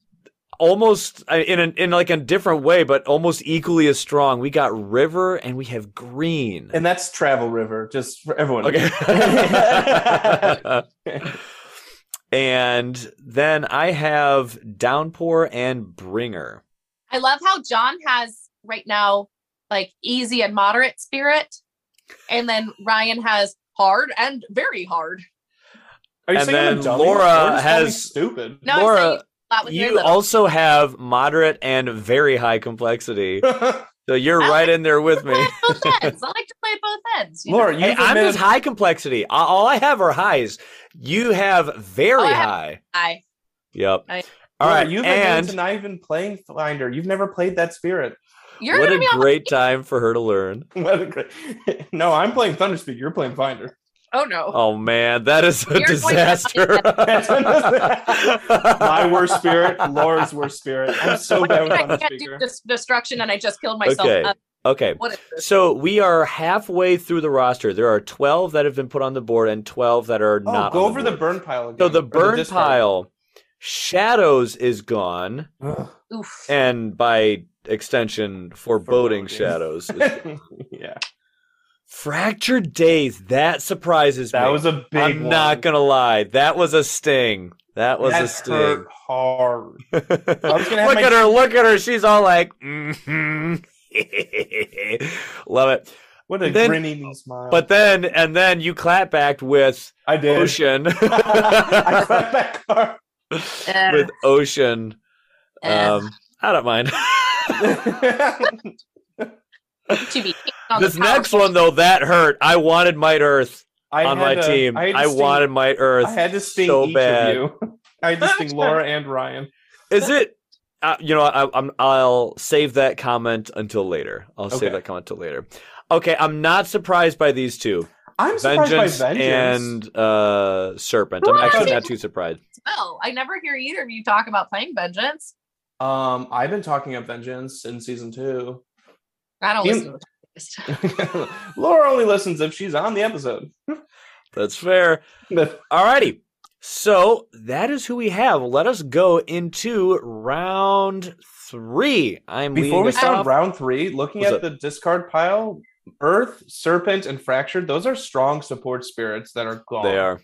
almost I- in an, in like a different way, but almost equally as strong. We got River and we have Green.
And that's Travel River, just for everyone. <laughs>
Okay. <laughs> and then I have Downpour and Bringer.
I love how John has right now like easy and moderate spirit, and then Ryan has hard and very hard.
Are you
And
saying I'm a
then
dummy?
Laura
You're just calling me
has-
stupid. <laughs>
No,
Laura,
I'm saying that was very
You
little.
also have moderate and very high complexity. So you're
I
right in there with
Play
me.
it both ends. <laughs> I like to play it both ends. you know?
Laura, you
<laughs> Hey, I'm just high complexity. A- All I have are highs. You have very
Oh, I have-
high.
I
Yep.
I-
All right.
You've
and
been not even playing Finder. You've never played that spirit. <laughs>
You're
what
gonna
a
be on.
great time for her to learn.
What a great- <laughs> no, I'm playing Thunderspeak. You're playing Finder.
Oh no.
Oh man, that is a
You're going to-
disaster.
That's
<laughs>
an <laughs> My worst spirit, Laura's worst spirit. I'm so
What
bad
if
with
I can't do
Thunderspeaker.
dis- destruction and I just killed myself.
Okay.
Uh,
Okay.
what is this?
So we are halfway through the roster. There are 12 that have been put on the board and 12 that are
Oh,
not.
go
on
over the
board.
burn pile again.
So the
or
burn
discard.
pile, Shadows is gone,
Ugh.
Oof.
and by extension,
<laughs>
foreboding
Foreboding.
shadows. is-
<laughs> yeah,
Fractured Days. That surprises
<laughs> that
me.
was a big.
I'm not
one.
gonna lie. That was a sting. That was a
That
sting.
hurt hard. I was gonna
<laughs>
have
look
my-
at her. Look at her. She's all like, mhm. <laughs> love it.
What a
Then-
grinning smile.
But oh, then, and then you clap back with
I <laughs> did.
ocean.
I clapped that
<laughs>
card.
with ocean.
Uh,
Um, I don't mind.
to be kicked on
this
Oh, the power.
next one though, that hurt. I wanted Might Earth
<laughs> I
on
had
my
to-
team.
had to
I
sting-
wanted Might
I
Earth.
had to sting
so
each
bad.
of you. <laughs>
<laughs>
I had to sting Laura and Ryan.
Is it? Uh, you know, I, I'm. I'll save that comment until later. I'll
Okay.
save that comment till later. Okay, I'm not surprised by these two.
I'm surprised
Vengeance,
by vengeance.
and uh, Serpent. I'm
What?
actually not too surprised.
Well, I never hear either of you talk about playing Vengeance.
um, I've been talking up vengeance in season two.
I don't
You-
Hmm.
listen to this.
<laughs> Laura only listens if she's on the episode.
That's fair.
But
Alrighty. So that is who we have. Let us go into round three. I'm
before
leading
we
us
start
off.
round three, looking
What's
at
up?
the discard pile, Earth, Serpent, and Fractured, those are strong support spirits that are gone.
They are.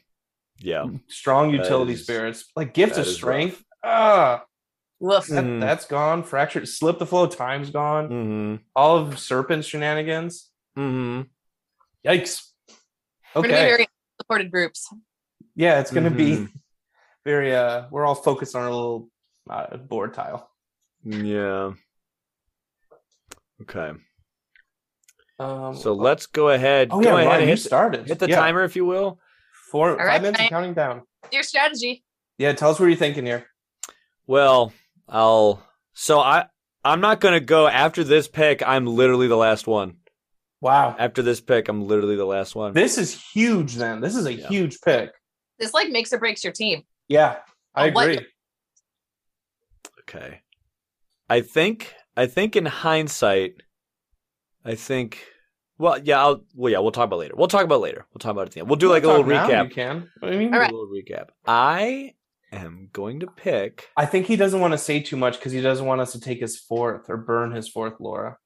Yeah.
strong
That
utility
is-
spirits like gift
that
of
is rough.
strength ah
Woof.
that,
Mm.
that's gone fractured slip the flow time's gone
Mm-hmm.
all of serpent's shenanigans
Mm-hmm.
yikes
We're gonna be
okay
very supported groups.
yeah it's gonna be
Mm-hmm.
very uh we're all focused on our little uh, board tile
Yeah. Okay.
um
So let's go ahead.
oh
go
yeah
ahead
Ryan,
and
you
hit,
started
hit the
Yeah,
timer, if you will.
four
All
five
right,
minutes and counting
Ryan.
down
Your strategy.
yeah tell us what you're thinking here
Well, I'll. So I. I'm not gonna go after this pick. I'm literally the last one.
wow
After this pick, I'm literally the last one.
this is huge then this is a
Yeah.
huge pick
This like makes or breaks your team.
yeah i
Uh, what-
agree
Okay. I think I think in hindsight, I think well yeah, I'll well yeah, we'll talk about it later. We'll talk about it later. We'll talk about it at the end. We'll do like a little
Talk now,
recap.
you can What do you mean?
All
Do
right.
A little recap. I am going to pick
I think he doesn't want to say too much because he doesn't want us to take his fourth or burn his fourth, Laura.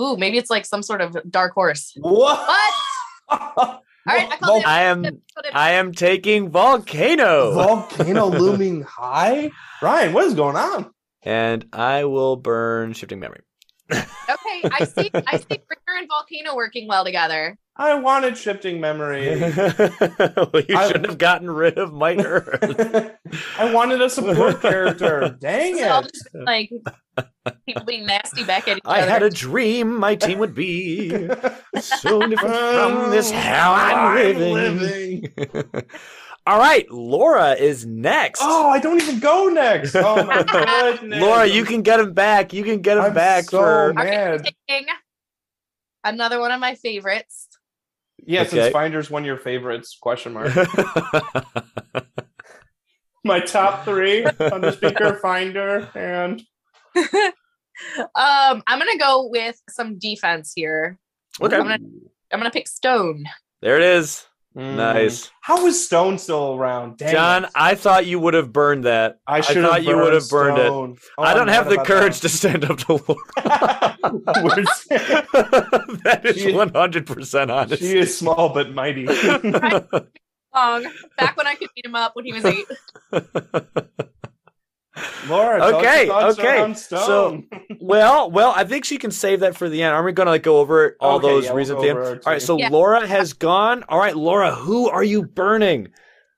Ooh, maybe it's like some sort of dark horse.
<laughs> What?
What?
Oh.
All
right, I called it-
I am I am taking Volcano. <laughs>
Volcano looming high? Ryan, what is going on?
<laughs> And I will burn shifting memory.
Okay, I see. I see. Ringer and Volcano working well together.
I wanted shifting
<laughs>
memory.
well, you
I-
shouldn't have gotten rid of Mike Earth.
I wanted a support character. Dang
It's all
it.
just, like people being nasty back at each
<laughs> I
other.
had a dream my team would be
<laughs>
so different from <laughs> this how I'm living. <laughs> All right, Laura is next.
Oh, I don't even go next. Oh my
<laughs>
goodness.
Laura, you can get him back. You can get him
I'm
back
so
for
mad.
All right,
Man.
I'm taking another one of my favorites.
Yes,
Okay.
it's Finders one of your favorites? Question mark. <laughs> My top three on the
<laughs>
speaker Finder and
um, I'm gonna go with some defense here.
<laughs> Okay.
I'm gonna, I'm gonna pick Stone.
There it is.
Mm.
Nice.
How is Stone still around? Dang
John,
it.
I thought you would have burned that.
I should
thought
have
you would have burned it.
Stone. Oh,
I don't
I'm
have
mad
the
about
courage to stand up to
that. <laughs>
<laughs> Laura. that is
She-
100% honest.
she is small
<laughs>
but mighty.
Long back when I could beat him up when he was eight.
Laura, tell us your
Okay,
thoughts
okay.
around Stone.
well, well, I think she can save that for the end. Aren't we going to like go over all
Okay,
those
yeah, we'll
reasons
go
at the end?
over our
All right,
two.
so
Yeah.
Laura has gone. All right, Laura, who are you burning?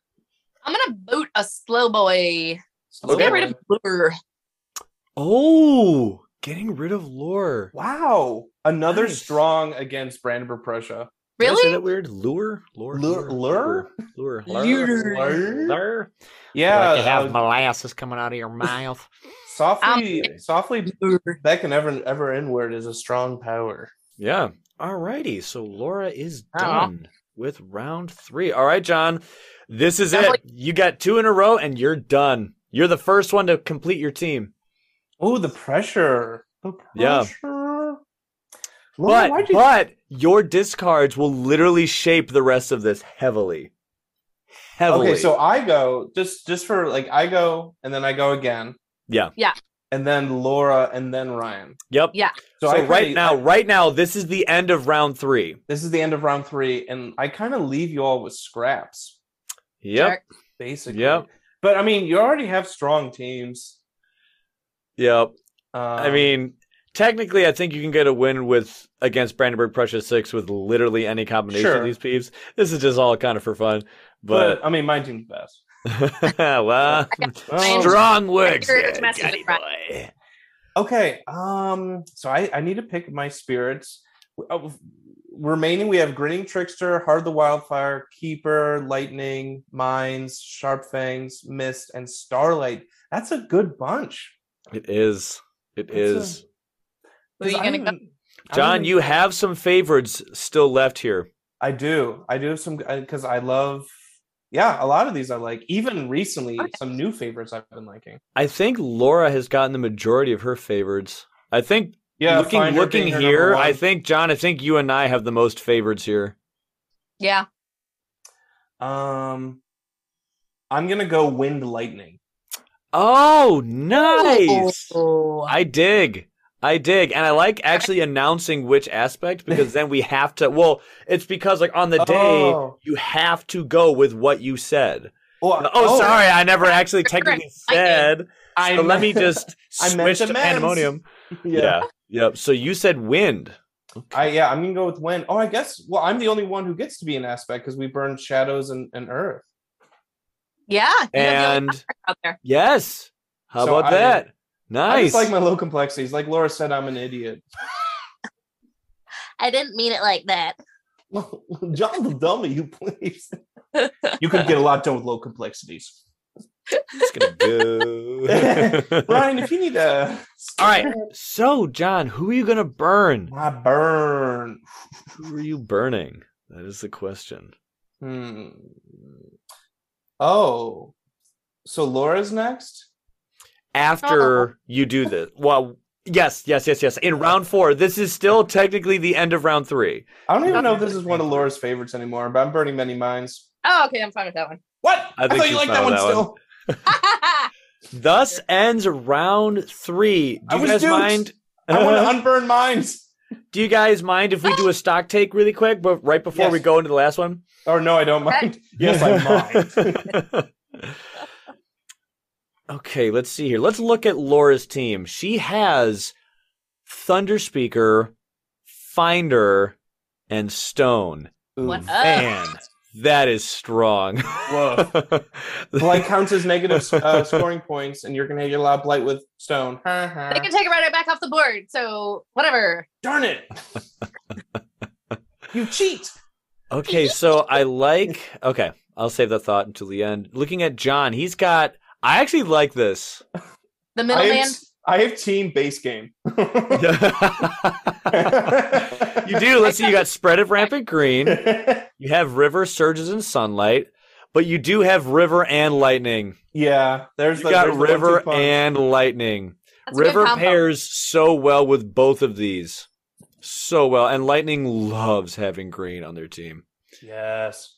<laughs> I'm gonna boot a slow boy. Let's
Okay.
get rid of Blur.
Oh, getting rid of Lore.
Wow. Another
Nice.
strong against Brandenburg Prussia.
Did I say
Really?
that weird? Lure? Lure?
Lure-
Lure?
Lure.
Lure?
Yeah.
like you have
uh,
molasses coming out of your mouth.
softly softly
Blur.
back and ever ever inward is a strong power.
Yeah. Alrighty, so Laura is
Aw.
done with round three. All right, John, this is
I'm
it.
like-
you got two in a row, and you're done. You're the first one to complete your team.
Oh, the pressure. The pressure.
Yeah.
Laura,
but
why'd you-
but your discards will literally shape the rest of this heavily. Heavily.
okay, so I go just just for like I go and then I go again.
Yeah.
Yeah.
And then Laura and then Ryan.
yep.
Yeah.
So,
I
right
kinda-
now,
I-
right now, this is the end of round three.
this is the end of round three, and I kind of leave you all with scraps,
Yep.
Sure.
basically.
Yep.
But I mean, you already have strong teams.
Yep.
Um,
I mean, technically, I think you can get a win with against Brandenburg Prussia six with literally any combination of
Sure.
these peeps. This is just all kind of for fun,
but,
but,
I mean, my team's best.
<laughs> well,
Um,
strong words,
Brandenburg
there,
messed with
Johnny
Brand-
boy.
Okay. Um. So I I need to pick my spirits. Uh, remaining, we have grinning trickster, hard the wildfire, keeper, lightning, mines, sharp fangs, mist, and starlight. That's a good bunch.
It is. It
That's
is.
Who are you
I
gonna
don't
go?
even- I don't
John,
even-
you have some favorites still left here.
I do. I do have some because I love. Yeah, a lot of these I like. Even recently,
Okay.
some new favorites I've been liking.
I think Laura has gotten the majority of her favorites. I think looking
Finder
looking
being her number
here, I
one.
think John, I think you and I have the most favorites here.
Yeah.
Um, I'm gonna go wind lightning.
Oh,
Oh.
nice.
Ooh.
I dig. I dig. And I like actually announcing which aspect
<laughs>
because then we have to well, it's because like on the day
Oh.
you have to go with what you said.
Well,
Oh, sorry, I never actually technically said.
I
So let
meant-
me just
I meant
switch to
amends.
pandemonium.
<laughs> yeah.
Yep. So you said wind.
I yeah, I'm gonna go with wind. Oh, I guess. Well, I'm the only one who gets to be an aspect because we burn shadows and, and earth.
Yeah. you have the only
And
out there.
yes. How
So
about
I-
that?
I
Nice.
just like my low complexities. Like Laura said, I'm an idiot. <laughs>
I didn't mean it like that.
John the dummy, you
<laughs>
please. you could get a lot done with low complexities.
It's gonna
<laughs>
go.
<laughs>
Ryan, if you
<laughs>
need a
All right. So, John, who are you gonna burn?
my burn.
Who are you burning? That is the question.
Hmm. Oh, so Laura's next.
After you do this, well, yes, yes, yes, yes. In round four, this is still technically the end of round three.
I don't even know if this is one of Laura's favorites anymore, but I'm burning many minds.
Oh, okay. I'm fine with that one.
What?
I
I,
think you
thought you liked
found
that one
that one.
still.
Thus ends round three.
I
Do you
was
guys
duped.
mind? <laughs>
I want to unburn minds.
Do you guys mind if we do a stock take really quick, but right before
Yes.
we go into the last
<laughs>
one? <laughs>
Oh no, I don't mind. Yes, I mind.
mind. okay, let's see here. Let's look at Laura's team. She has Thunderspeaker, Finder, and Stone.
What
Ooh.
up?
Man, that is strong.
Whoa. Blight counts as negative uh, scoring points, and you're going to get a lot of blight with stone. Ha, ha.
They can take it right back off the board. So whatever.
Darn it! you cheat!
<laughs> Okay, so I like. Okay, I'll save that thought until the end. Looking at John, he's got. I actually like
<laughs>
this.
I
The middleman.
have, I have team
<laughs>
base game. <laughs>
you do. Let's see. You got spread of rampant green. You have river surges and sunlight, but you do have river and lightning.
yeah, there's
You
the,
got
there's the one-two
river
punch.
and lightning.
That's a good
River
combo.
pairs so well with both of these, so well. And lightning loves having green on their team.
Yes,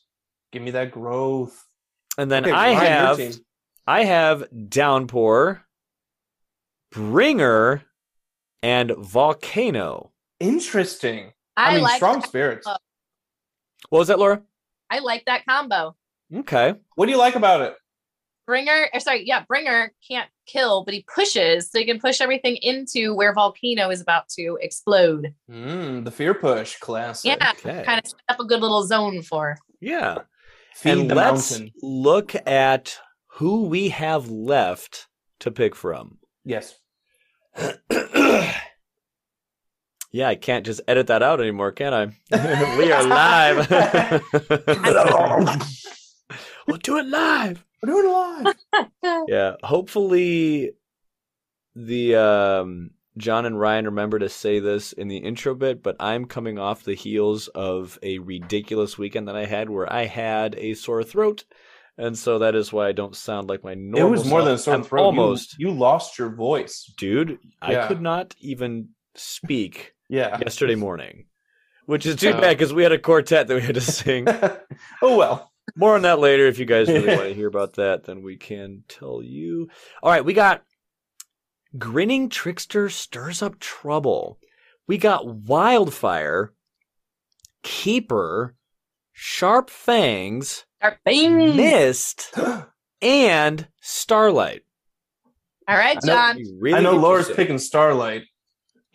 give me that growth.
And then
Okay,
I
Ryan, your
have.
team.
I have Downpour, Bringer, and Volcano.
interesting. I,
I,
mean,
like.
strong spirits.
Uh,
What was that, Laura?
I like that combo.
Okay.
What do you like about it?
Bringer, or sorry, yeah, Bringer can't kill, but he pushes, so he can push everything into where Volcano is about to explode.
Mm, the fear push, classic.
Yeah,
Okay.
kind of set up a good little zone for.
Yeah.
Feed
and
the
let's
mountain.
look at who we have left to pick from. <coughs>
Yes.
Yeah, I can't just edit that out anymore, can I? <laughs> we are
<laughs>
live. <laughs> we'll do it live.
We're doing live.
Yeah. Hopefully the um John and Ryan remember to say this in the intro bit, but I'm coming off the heels of a ridiculous weekend that I had where I had a sore throat. And so that is why I don't sound like my
It
normal.
was more
self.
than a sore
I'm
throat. You-
Almost.
You, lost your voice.
Dude, I
Yeah.
could not even
<laughs>
speak
Yeah.
yesterday morning, which is too
So-
bad because we had a quartet that we had to sing.
oh well.
More on that later. If you guys
<laughs>
really want to hear about that, then we can tell you. All right, we got Grinning Trickster Stirs Up Trouble. We got Wildfire, Keeper, Sharp Fangs,
Bing.
Mist, and Starlight.
All right,
I know-
John.
You really
I know
get
Laura's
to say-
picking Starlight.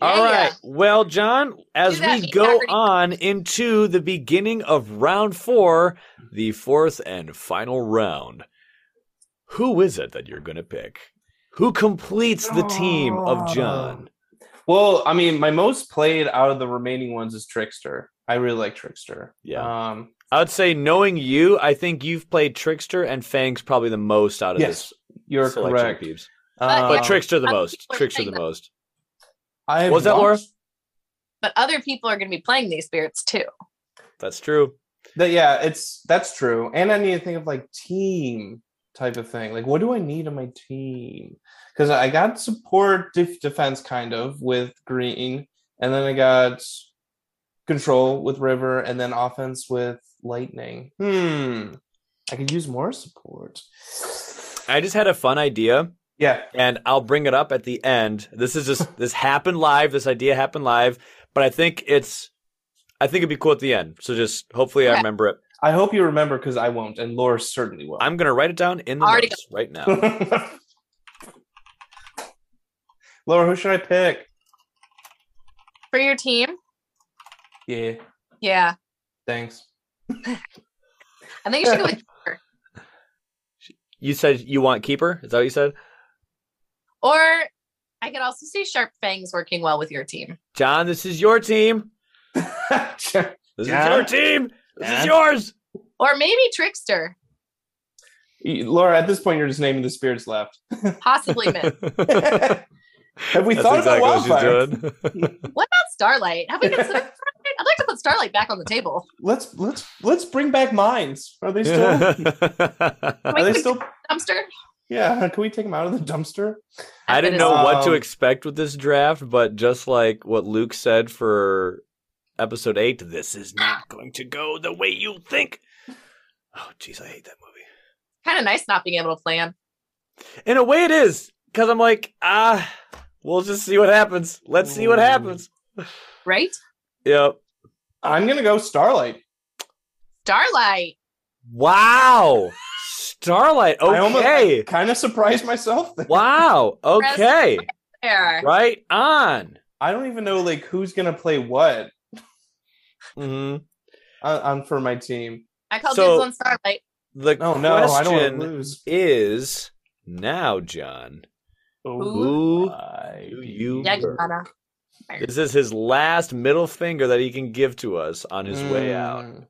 All
Yeah, yeah.
right. Well, John, as
Do that
we go
mediocrity.
on into the beginning of round four, the fourth and final round, who is it that you're going to pick? Who completes the team
Oh.
of
Ah.
John?
Well, I mean, my most played out of the remaining ones is Trickster. I really like Trickster.
Yeah.
Um,
I would say, knowing you, I think you've played Trickster and Fang's probably the most out of
Yes,
this
you're
selection,
correct.
Peeps.
But
But
Um,
Trickster the
Other
most.
people are
Trickster
saying
the
that.
most.
I have
Was that
watched-
Laura?
But other people are going to be playing these spirits too.
That's true.
That, yeah, it's that's true. And I need to think of like team type of thing. Like, what do I need on my team? Because I got support def- defense kind of with Green, and then I got control with River, and then offense with Lightning. Hmm. I could use more support.
I just had a fun idea.
Yeah.
and I'll bring it up at the end. This is just this happened live. This idea happened live, but I think it's I think it'd be cool at the end. So just hopefully I
Okay.
remember it.
I hope you remember because I won't, and Laura certainly <laughs> will.
I'm gonna write it down in the
Already
notes right
<laughs>
now.
Laura, who should I pick?
For your team?
Yeah,
Yeah.
thanks. <laughs>
I think you should go with Keeper.
You said you want keeper. Is that what you said,
Or I could also see Sharp Fangs working well with your team.
John? This is your team. This
Yeah.
is your team. This is
Yeah. <laughs>
yours.
Or maybe Trickster,
Laura, at this point, you're just naming the
<laughs>
spirits left.
possibly Mist.
<laughs>
Have we
That's
thought
exactly what
about
she's
wildfire?
doing.
What about Starlight? Have we considered Starlight? I'd like to put Starlight back on the table.
Let's let's let's bring back mines. Are they still?
Wait,
Are they
wait.
still?
Dumpster?
Yeah. Can we take them out of the dumpster?
I didn't know
Um,
what to expect with this draft, but just like what Luke said for episode eight, this is not going to go the way you think. Oh, jeez, I hate that movie.
Kind of nice not being able to plan.
In a way, it is because I'm like, ah, we'll just see what happens. Let's see what
Mm.
happens.
Right?
Yep.
I'm gonna go starlight.
Starlight.
Wow. Starlight.
I almost
Okay.
kind of surprised myself.
Wow. Okay.
There.
Right on.
I don't even know like who's gonna play what
Mm-hmm.
on, on for my team.
I call
So-
dibs on Starlight.
The
No,
question
Oh, no, I don't want to lose.
is now, John. Who
Oh my
do you
Yeah,
Sure.
Gianna.
This is his last middle finger that he can give to us on his way out.
Mm.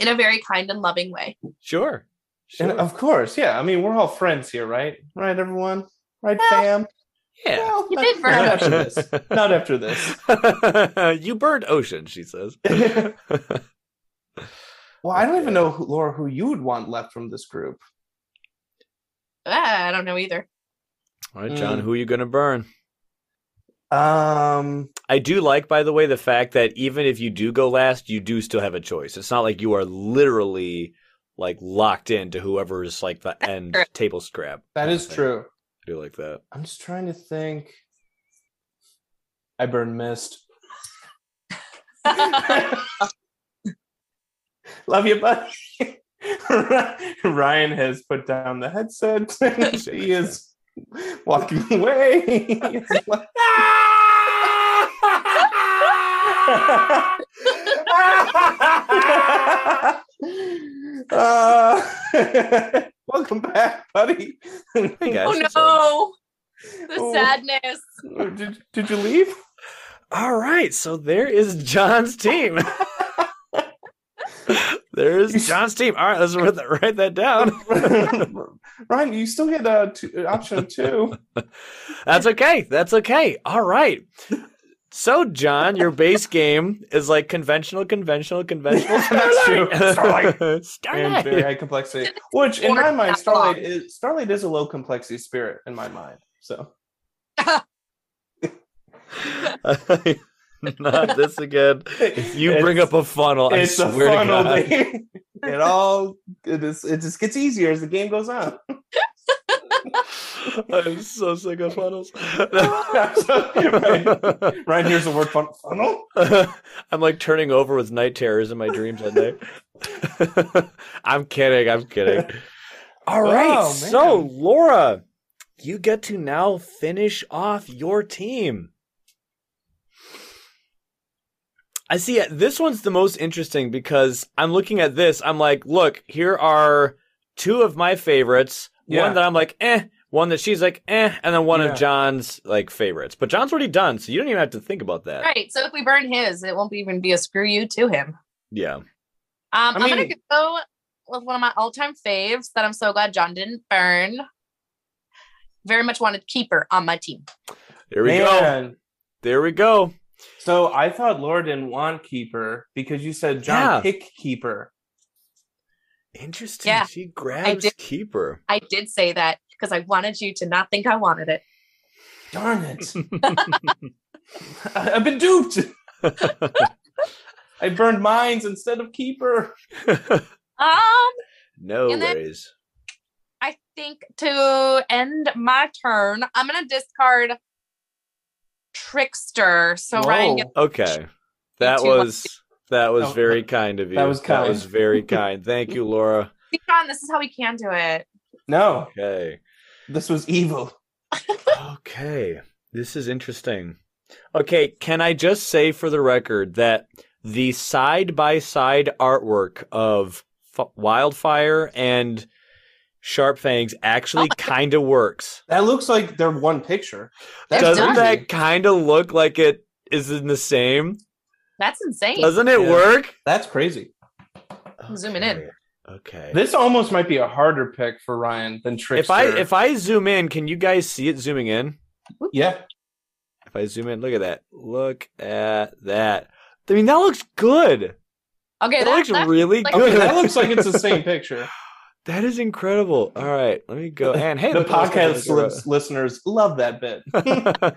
In a very kind and loving way.
Sure. Sure.
And uh, of course, yeah. I mean, we're all friends here, right? Right, everyone. Right,
Well,
fam.
yeah.
Well,
You
not,
did burn
not after
ocean.
this.
<laughs>
Not after this.
you burned ocean, she says.
well, I don't even know, who, Laura, who you would want left from this group.
Ah, I don't
<laughs>
know either. <laughs>
All right, John,
Mm.
who are you going to burn?
Um,
I do like, by the way, the fact that even if you do go last, you do still have a choice. It's not like you are literally like locked into whoever's like the end
true.
table scrap.
that is
I
true.
do like that.
I'm just trying to think. I burn mist.
Oh,
Love you, buddy. <laughs> Ryan has put down the headset. he is walking away. <laughs> He is like- Uh, welcome back, buddy.
Hey guys. what's up?
oh no. The
Oh.
sadness.
did, did you leave? <laughs>
All right, so there is John's
<laughs>
team. there is John's team. All right, let's write that, write that down.
Ryan, you still get uh, two, option two.
That's okay. That's okay. All right. So, John, your base game is like conventional, conventional, <laughs> conventional.
That's true. Starlight. and
Starlight.
very high complexity. Which, in my mind, Starlight is Starlight is a low complexity spirit in my mind. So
<laughs> Not this again. If you bring
It's-
up a funnel, I
<laughs> it's a
swear to
funnel.
God.
baby. it all it, is, it just gets easier as the game goes on.
<laughs> I'm so sick of
<laughs>
funnels. <laughs>
Right. Ryan here's the word fun- funnel.
<laughs> I'm like turning over with night terrors in my dreams at night. <laughs> I'm kidding. I'm kidding. <laughs> All
Oh,
right.
man.
so, Laura, you get to now finish off your team. I see. uh, This one's the most interesting because I'm looking at this. I'm like, look, here are two of my favorites.
Yeah.
One that I'm like, eh. One that she's like, eh. And then one
Yeah.
of John's like favorites. But John's already done, so you don't even have to think about that.
Right. So if we burn his, it won't be- even be a screw you to him.
Yeah.
Um,
I
I am
mean-
gonna go with one of my all-time faves that I'm so glad John didn't burn. Very much wanted keeper on my team.
There we go.
Man.
There we go.
So I thought Laura didn't want keeper because you said John
Yeah.
pick keeper.
Interesting.
Yeah,
she grabs
did.
keeper.
I did say that because I wanted you to not think I wanted it.
Darn it! <laughs> I- I've
<laughs>
been duped. I burned mines instead of keeper.
Um,
no
And then-
worries.
I think to end my turn, I'm gonna discard trickster. So Ryan,
Whoa.
gets-
Okay. That
Two, one,
was that was
Oh,
very kind of you.
that was
That was <laughs>
kind.
very kind. Thank you, Laura.
see, John, this is how we can do it.
no,
Okay.
this was evil.
Okay. This is interesting. Okay, can I just say for the record that the side by side artwork of F- Wildfire and Sharp Fangs
<laughs>
actually kind of works.
That looks like they're one picture. That's
Doesn't
does.
crazy.
that kind of look like it is in the same?
That's insane.
Doesn't it
Yeah.
work?
That's crazy.
I'm zooming in.
Okay.
This almost might be a harder pick for Ryan than Trickster.
if I if I zoom in, can you guys see it zooming in?
yeah,
If I zoom in, look at that. Look at that. I mean, that looks good.
Okay,
That
that,
looks
that-
really
<laughs> <laughs>
like-
okay,
good.
that looks like it's the <laughs> same picture.
<laughs> that is incredible. All right, let me go. And hey,
the
look at
podcast
this.
lis- listeners love that bit.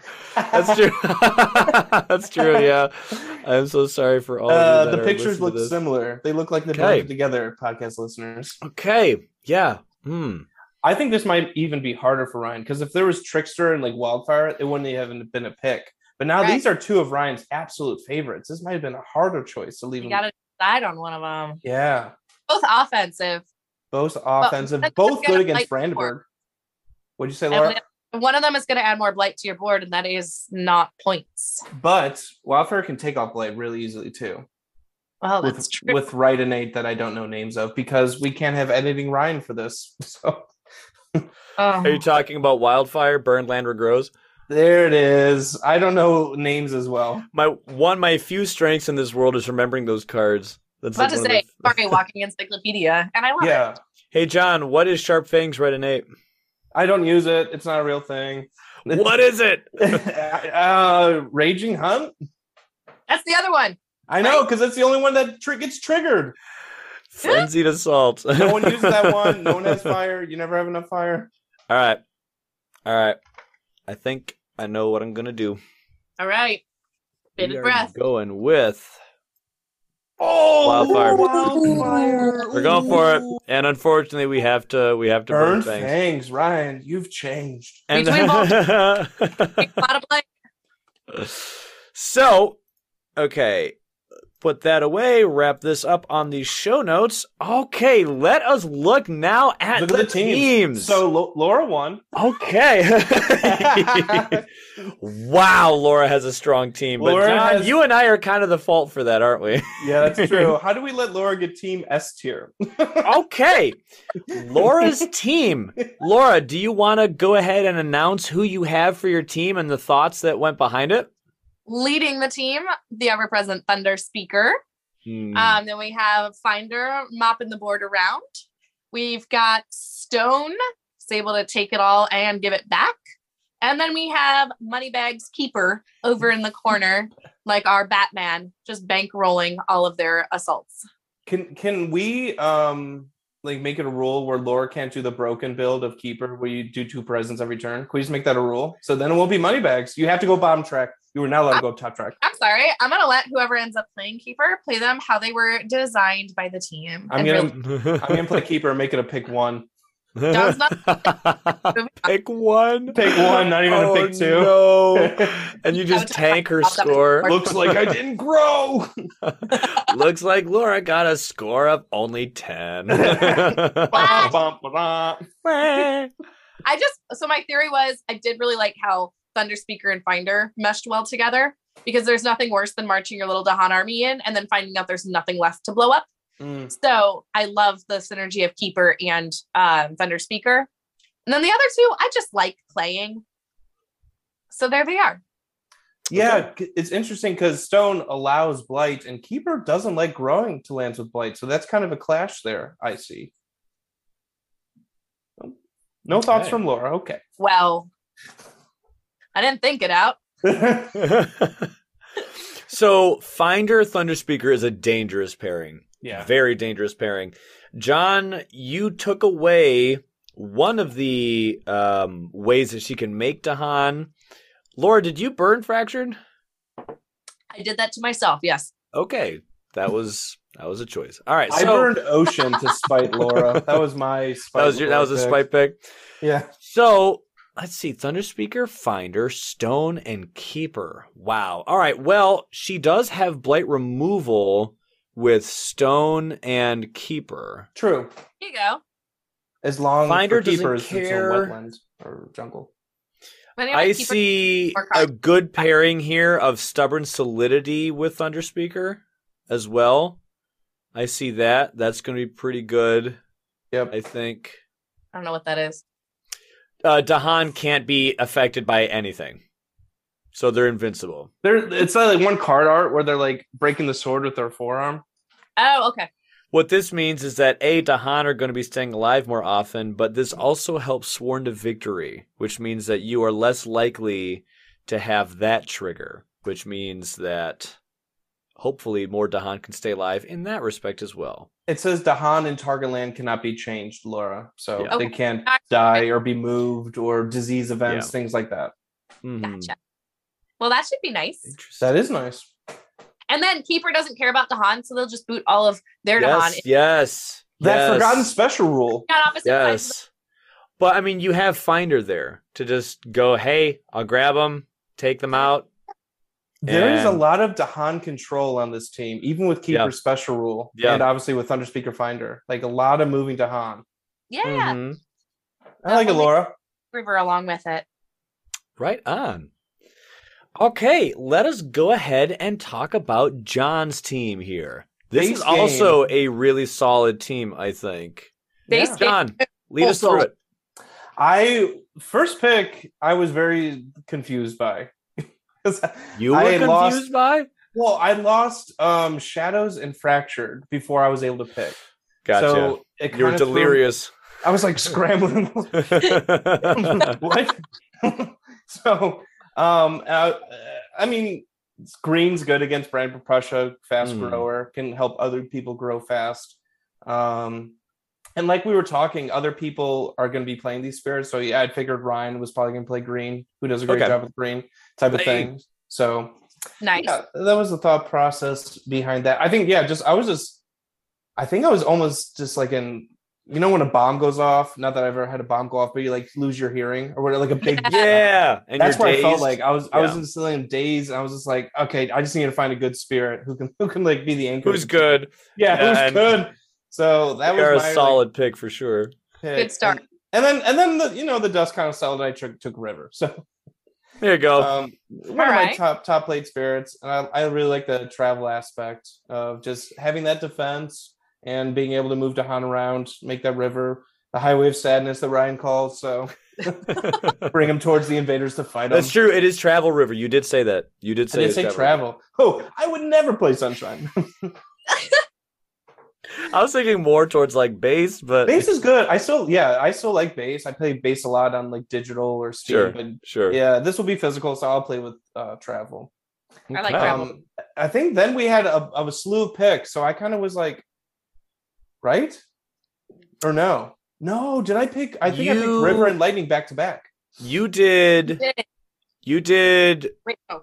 <laughs>
<laughs> Uh,
That's true. That's true. <laughs> Yeah. I'm so sorry for all.
Uh,
of you that
the
are
pictures
listening to
look
this.
similar. They look like they're
Okay.
blended together. Podcast listeners,
Okay. Yeah. Hmm.
I think this might even be harder for Ryan because if there was Trickster and like Wildfire, it wouldn't even been a pick. But now
Right.
these are two of Ryan's absolute favorites. This might have been a harder choice to leave.
you
him-
gotta decide on one of them.
yeah,
Both offensive.
both offensive,
let's
both
get
good
a
against
light
Brandenburg. What'd you say,
I
Laura?
would- One of them is going to add more blight to your board, and that is not points.
But Wildfire can take off Blight really easily too.
Well,
with,
that's true.
With Right and Eight that I don't know names of because we can't have editing Ryan for this. <laughs> So
Um,
Are you talking about wildfire, burned land regrows?
there it is. I don't know names as well.
My one, my few strengths in this world is remembering those cards. That's like
about to
one of
say,
the-
sorry, walking encyclopedia, and I love it.
Yeah.
Hey John, what is Sharp Fangs Red and Ape?
I don't use it. It's not a real thing.
What is
<laughs>
it?
<laughs> uh, Raging Hunt?
That's the other one.
I know, because that's the only one that tri- gets triggered.
Frenzied assault.
No one uses that
<laughs>
one. No one
<laughs>
has fire. You never have enough fire.
All right. All right. I think I know what I'm going to do.
All right.
We
Bated
are
breath.
Going with.
Oh,
Wildfire.
wildfire.
We're going for it. And unfortunately, we have to we have to burn,
Burn
things.
fangs, Ryan. You've changed.
And
Between
<laughs>
Bottom line,
so, okay. Put that away. Wrap this up on the show notes. Okay, let us look now at
Look
the,
at the teams.
teams.
So Lo- Laura won. <laughs>
okay. wow, Laura has a strong team. But
Laura
John,
has-
you and I are kind of the fault for that, aren't
<laughs>
we?
Yeah, that's true. How do we let Laura get team S tier?
okay. Laura's team. Laura, do you want to go ahead and announce who you have for your team and the thoughts that went behind it?
leading the team, the ever present Thunder Speaker.
Mm.
<laughs>
Um, then we have Finder mopping the board around. We've got Stone, is able to take it all and give it back. And then we have Moneybags Keeper over in
<laughs>
the corner, like our Batman, just bankrolling all of their assaults.
Can can we um like make it a rule where Laura can't do the broken build of keeper where you do two presents every turn? Can we just make that a rule? So then it won't be money bags. You have to go bottom track. You were not allowed to go up top track.
I'm sorry, I'm gonna let whoever ends up playing Keeper play them how they were designed by the team.
I'm
and
gonna-
really-
I'm gonna play keeper and make it a pick one.
John's
<laughs> pick one.
Pick one, not even
oh,
a pick two. <laughs>
No. And you just
That was-
tank her
that was-
score.
Looks like I didn't grow.
<laughs> Looks like Laura got a score of only 10.
Bum, <laughs> bum, ba, da.
I just so my theory was I did really like how Thunder Speaker and Finder meshed well together because there's nothing worse than marching your little Dahan army in and then finding out there's nothing left to blow up.
Mm.
So I love the synergy of Keeper and um, Thunder Speaker. And then the other two, I just like playing. So there they are.
Yeah, c- it's interesting because Stone allows blight and Keeper doesn't like growing to lands with blight, so that's kind of a clash there. I see. No thoughts
Okay.
from Laura. Okay.
Well, I didn't think it out.
<laughs> so, Finder Thunderspeaker is a dangerous pairing.
yeah.
Very dangerous pairing. John, you took away one of the um, ways that she can make Dahan. Laura, did you burn fractured?
I did that to myself. Yes.
Okay, that was that was a choice. All right,
I
so
burned Ocean to spite <laughs> Laura. That was my spite.
that was your, that was a
Laura
spite pick.
pick. Yeah.
So let's see. Thunderspeaker, Finder, Stone, and Keeper. Wow. All right. Well, she does have Blight removal with Stone and Keeper.
True.
Here you go.
As long
Finder
for Keeper
doesn't
it's a
care.
wetland or jungle.
Anyway,
I
Keeper-
see
Keeper
a
card.
good pairing here of Stubborn Solidity with Thunderspeaker as well. I see that. That's going to be pretty good,
Yep.
I think.
I don't know what that is.
Uh, Dahan can't be affected by anything. So they're invincible.
There it's not like one card art where they're like breaking the sword with their forearm.
Oh, okay.
What this means is that A, Dahan are going to be staying alive more often, but this also helps Sworn to Victory, which means that you are less likely to have that trigger, which means that hopefully more Dahan can stay alive in that respect as well.
It says Dahan and target land cannot be changed, Laura. So
Yeah.
they
Okay.
can't die or be moved or disease events,
Yeah.
things like that.
Mhm.
Gotcha. Well, that should be nice.
Interesting.
That is nice.
And then Keeper doesn't care about Dahan, so they'll just boot all of their
yes,
Dahan.
yes.
That
yes,
forgotten special rule.
Not opposite sides of
Yes. But I mean, you have Finder there to just go, hey, I'll grab them, take them out.
There is a
And-
lot of Dahan control on this team, even with Keeper
Yeah.
special rule.
Yeah.
And obviously with Thunder Speaker Finder. Like a lot of moving Dahan.
the- yeah,
Mhm.
I like it, Laura.
River along with it.
Right on. Okay, let us go ahead and talk about John's team here. This
Base
is
game.
also a really solid team, I think.
They
Yeah.
stay
John, lead us through it.
I first pick I was very confused by. <laughs> 'Cause
You were
I had
confused
lost-
by?
well, I lost um Shadows and Fractured before I was able to pick.
Gotcha.
So it
you were
kinda threw-
delirious. <laughs>
I was like scrambling. what? so, um, uh, I mean, green's good against Brian Prussia, fast
Mm.
grower, can help other people grow fast. Um, and like we were talking, other people are going to be playing these spirits. So yeah, I figured Ryan was probably going to play green, who does a great
Okay.
job with green type of
Hey.
thing. So
nice.
yeah, that was the thought process behind that. I think, yeah, just I was just, I think I was almost just like in, you know, when a bomb goes off. Not that I've ever had a bomb go off, but you like lose your hearing or whatever, like a
<laughs>
big <laughs>
Yeah. And
That's
you're
where I felt
dazed.
like I was I was
Yeah.
in Sicilian days. And I was just like, okay, I just need to find a good spirit who can <laughs> who can like be the anchor.
Who's good?
Yeah,
Yeah,
who's good. So that
You're a
was my, like,
solid pick for sure.
pick.
Good start.
And, and then and then the, you know the dust kind of settled. I took took River. So
There you go.
um, one of my
Alright.
top top plate spirits, and I, I really like the travel aspect of just having that defense and being able to move to Han around, make that river, the highway of sadness that Ryan
<laughs>
calls. So bring him towards the invaders to fight
That's
them.
true. It is Travel River. You did say that. You did
I
say
did
it's
say
River.
travel. Oh, I would never
<laughs>
play Sunshine.
I was thinking more towards like base, but
Base is good. I still, yeah, I still like Base. I play Base a lot on like digital or Steam,
Sure.
but
sure.
yeah, this will be physical, so I'll play with uh, Travel.
I like
Okay.
travel.
Um, I think then we had a, a slew of picks, so I kind of was like, right or no? No, did I pick? I think I picked
You-
River and Lightning back to back.
You did. You did
Wait, oh,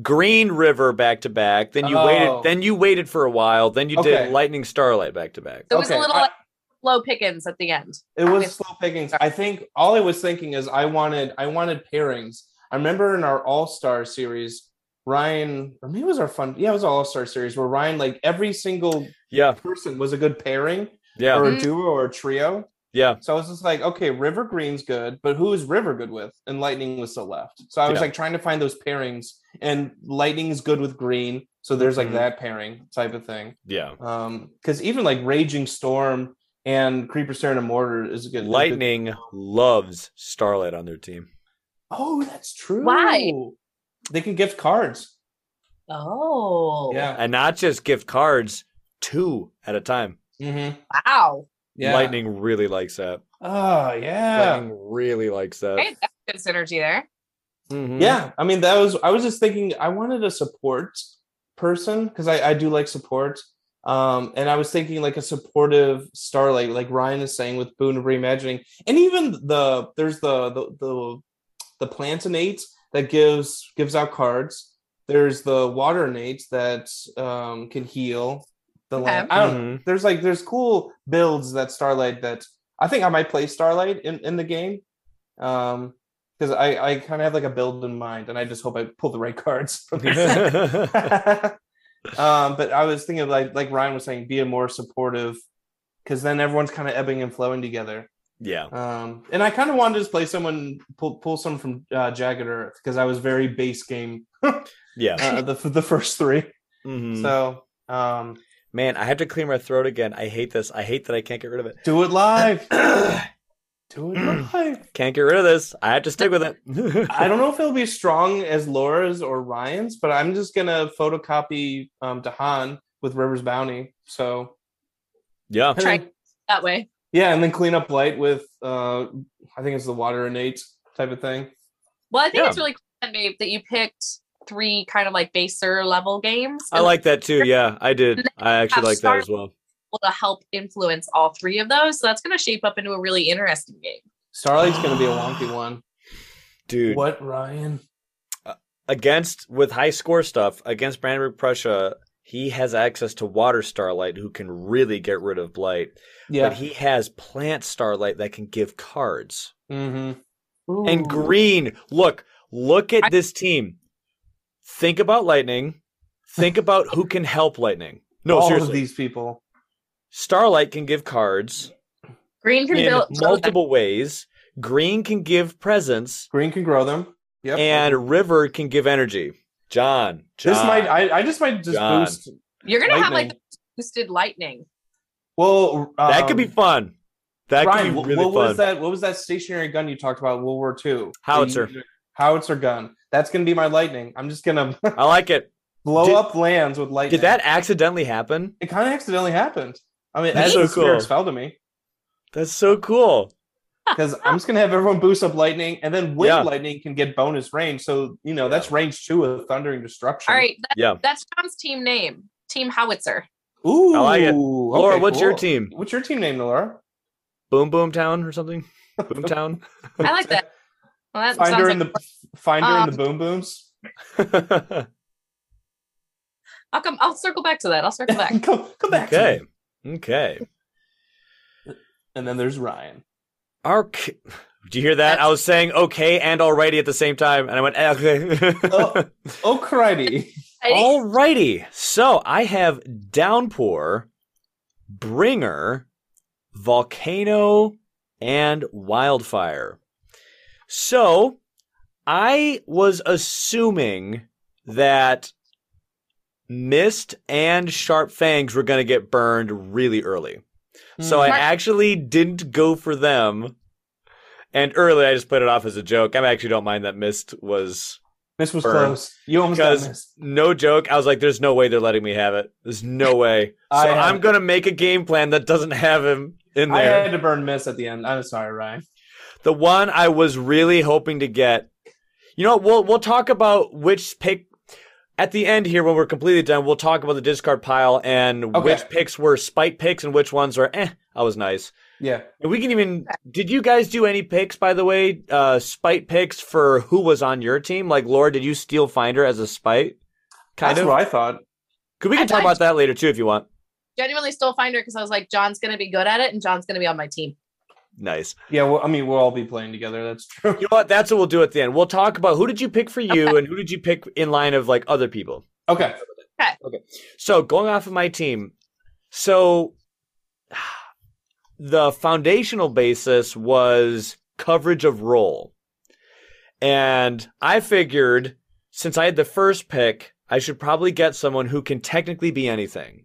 Green River back to back. Then you
Oh.
waited. Then you waited for a while. Then you
Okay.
did Lightning Starlight back to back.
There was a
Okay,
little
I-
like, slow pickings at the end.
It was
Okay.
slow pickings. I think all I was thinking is I wanted I wanted pairings. I remember in our All Star series, Ryan or maybe it was our fun yeah it was All Star series where Ryan like every single
Yeah.
person was a good pairing
Yeah.
or a
Mm.
duo or a trio.
yeah.
So I was just like, okay, River Green's good, but who is River good with? And Lightning was still left. So I was
Yeah.
like trying to find those pairings, and Lightning is good with Green, so there's like
Mhm.
that pairing type of thing.
Yeah.
Um, because even like Raging Storm and Creeper Staring and Mortar is a good is a good-
Lightning loves Starlight on their team.
Oh, that's true.
Why?
They can gift cards.
Oh,
Yeah.
and not just gift cards, two at a time.
Mm-hmm.
Wow.
Yeah.
Lightning really likes that.
Oh, yeah.
Lightning really likes that.
Hey, that's good synergy there.
Mhm.
Yeah. I mean, that was, I was just thinking, I wanted a support person because I, I do like support. Um, and I was thinking like a supportive starlight, like Ryan is saying with Boon of Reimagining. And even the, there's the, the, the, the plant innate that gives, gives out cards. There's the water innate that um, can heal the
Okay.
land. I don't know.
Mhm.
there's like there's cool builds that starlight that i think i might play starlight in, in the game um because i i kind of have like a build in mind and i just hope i pull the right <laughs> cards from the
Mm-hmm. <laughs>
<laughs> um but i was thinking like like ryan was saying be a more supportive because then everyone's kind of ebbing and flowing together
yeah.
um and i kind of wanted to just play someone pull, pull someone from uh, jagged earth because i was very base game
Yeah.
uh, the, the first three
Mhm.
so um
Man, I have to clear my throat again. I hate this. I hate that I can't get rid of it.
do it live do it live
Can't get rid of this. I have to stick with it.
I don't know if it'll be as strong as Laura's or Ryan's, but I'm just gonna photocopy um Dahan with River's Bounty. So
<laughs> yeah.
and then-
That way.
yeah, and then clean up light with uh I think it's the water innate type of thing.
Well, I think
Yeah.
it's really cool, that Nate, that you picked three kind of like baser level games.
I
and
like that too. Yeah, I did. I actually like that as well.
able to help influence all three of those. So that's going to shape up into a really interesting game.
Starlight's gonna be a wonky one.
Dude,
What Ryan?
against with high score stuff against Brandenburg Prussia, he has access to water starlight who can really get rid of blight.
Yeah.
But he has plant starlight that can give cards.
mm-hmm.
And green, look, look at this team. Think about lightning.
<laughs>
Think about who can help lightning. No,
All
seriously.
of these people.
Starlight can give cards
Green can
in
build
multiple ways. Green can give presents.
Green can grow them. Yep.
and River can give energy. John, John.
this might I, I just might just
John.
boost.
You're gonna have like
Lightning.
the boosted lightning.
Well, um,
that could be fun. That
Ryan,
could be
wh-
really
what was
fun.
that? What was that stationary gun you talked about? in World War II.
Howitzer.
The- Howitzer gun. That's gonna be my lightning. I'm just gonna <laughs>
I like it.
blow
Did-
up lands with lightning.
Did that accidentally happen?
It kind of accidentally happened. I mean,
That's
as
so
the spirits
cool.
fell to me,
That's so cool.
because I'm just gonna have everyone boost up lightning, and then wind
Yeah.
lightning can get bonus range. So you know that's range two of thundering destruction.
All right, that,
Yeah.
that's John's team name, Team Howitzer.
Ooh,
I like it. Laura,
okay,
what's your
cool.
team?
What's your team name, Laura?
Boom Boom Town or something? Boom
<laughs>
Town. <laughs>
I like that. Well, that sounds
Finder
like um,
in the Finder in the Boom Booms.
I'll come. I'll circle back to that. I'll
<laughs>
circle back.
<laughs> come, come back. to
okay.
me.
Okay.
And then there's Ryan.
Arc. Do you hear that? I was saying okay and alrighty at the same time, and I went okay. <laughs>
Oh. Oh, cruddy.
Alrighty. So I have Downpour, Bringer, Volcano, and Wildfire. So I was assuming that Mist and Sharp Fangs were going to get burned really early. <laughs> So I
Mm.
Smart.
actually didn't go for them. And early, I just played it off as a joke. I actually don't mind that Mist was
This was
Burn.
close. You almost got
Because-
missed.
no joke. I was like, there's no way they're letting me have it. There's
<laughs>
no way. So
I had-
I'm going to make a game plan that doesn't have him in
I
there.
had to burn miss at the end. I'm sorry, Ryan.
the one I was really hoping to get. You know, what, we'll we'll talk about which pick at the end here when we're completely done. We'll talk about the discard pile and
Okay.
which picks were spite picks and which ones are eh, I was nice.
Yeah.
And we can even did you guys do any picks by the way? Uh spite picks for who was on your team? Like Laura, did you steal Finder as a spite? Kind
That's
of.
what I thought.
'Cause we
I
can talk
thought-
about that later too if you want.
Genuinely still Finder because I was like, John's gonna be good at it, and John's gonna be on my team.
Nice.
Yeah, well, I mean, we'll all be playing together. That's true. <laughs>
You know what? That's what we'll do at the end. We'll talk about who did you pick for you and who did you pick in line of like other people.
Okay.
So going off of my team, so <sighs> the foundational basis was coverage of role. And I figured since I had the first pick, I should probably get someone who can technically be anything.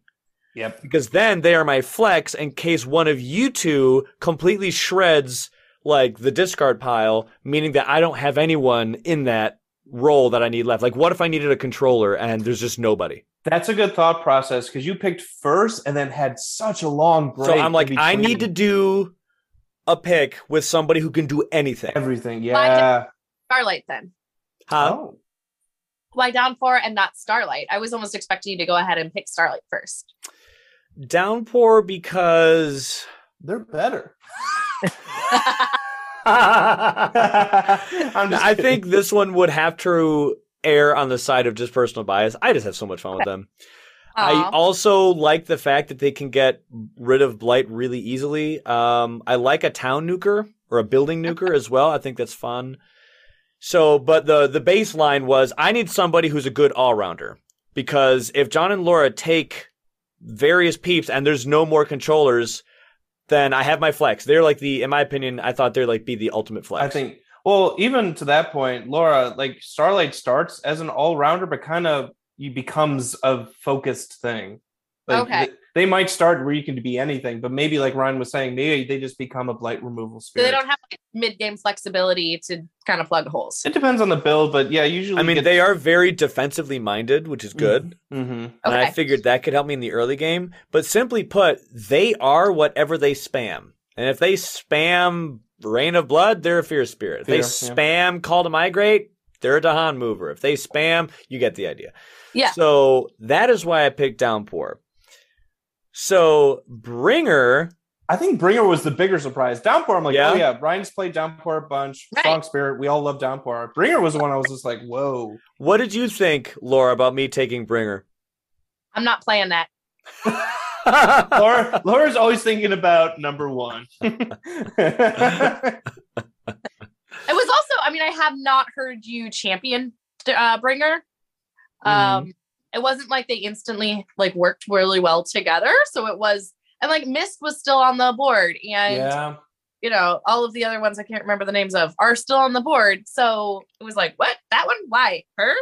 Yep.
Because then they are my flex in case one of you two completely shreds like the discard pile, meaning that I don't have anyone in that role that I need left. Like what if I needed a controller and there's just nobody?
That's a good thought process because you picked first and then had such a long break.
So I'm like,
in
I need to
between
do a pick with somebody who can do anything. Uh,
everything.
Mine-
Yeah.
Starlight then.
Huh?
Oh.
Why Downpour and not Starlight? I was almost expecting you to go ahead and pick Starlight first. <laughs>
Downpour because
They're
<laughs>
better. <laughs> I'm just
I
kidding.
think this one would have to err on the side of just personal bias. I just have so much fun with them. I
Aw.
also like the fact that they can get rid of blight really easily. Um, I like a town nuker or a building nuker as well. I think that's fun. So, but the the baseline was I need somebody who's a good all rounder because if John and Laura take various peeps and there's no more controllers, then I have my flex. They're like the, in my opinion, I thought they're like be the ultimate flex.
I think. Well, even to that point, Laura, like Starlight starts as an all rounder, but kind of you becomes a focused thing. Like
Okay.
th- they might start where you can be anything, but maybe like Ryan was saying, maybe they just become a blight removal
so
spirit.
they don't have like, mid-game flexibility to kind of plug holes.
it depends on the build, but yeah, usually
I mean, they are very defensively minded, which is good.
hmm
Mm-hmm.
And I
Okay.
figured that could help me in the early game. But simply put, they are whatever they spam. And if they spam Rain of Blood, they're a Fear Spirit. If they
Fear, yeah.
spam Call to Migrate, they're a Dahan mover. If they spam, you get the idea.
Yeah.
So that is why I picked Downpour. So Bringer,
I think Bringer was the bigger surprise. Downpour, I'm like,
Yeah?
oh yeah, Ryan's played Downpour a bunch.
Right.
Strong Spirit, we all love Downpour. Bringer was the one I was just like, whoa.
what did you think, Laura, about me taking
<laughs>
Bringer?
I'm not playing that.
Laura, <laughs> Laura's always thinking about number one. <laughs> yeah,
It was also, I mean, I have not heard you champion uh, Bringer.
Mm-hmm.
Um, It wasn't like they instantly like worked really well together. So it was, and like Mist was still on the board, and you know, all of the other ones I can't remember the names of are still on the board. So it was like, what? That one? Why? Her?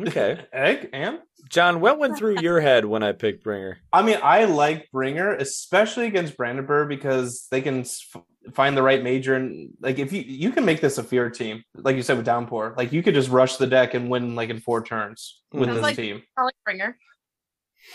Okay.
<laughs>
Egg and
John, what went through your head when I picked Bringer?
I mean, I like Bringer, especially against Brandenburg, because they can s- find the right major. And like, if you you can make this a fear team, like you said with Downpour, like you could just rush the deck and win like in four turns with
Sounds
this
like-
team.
I like Bringer.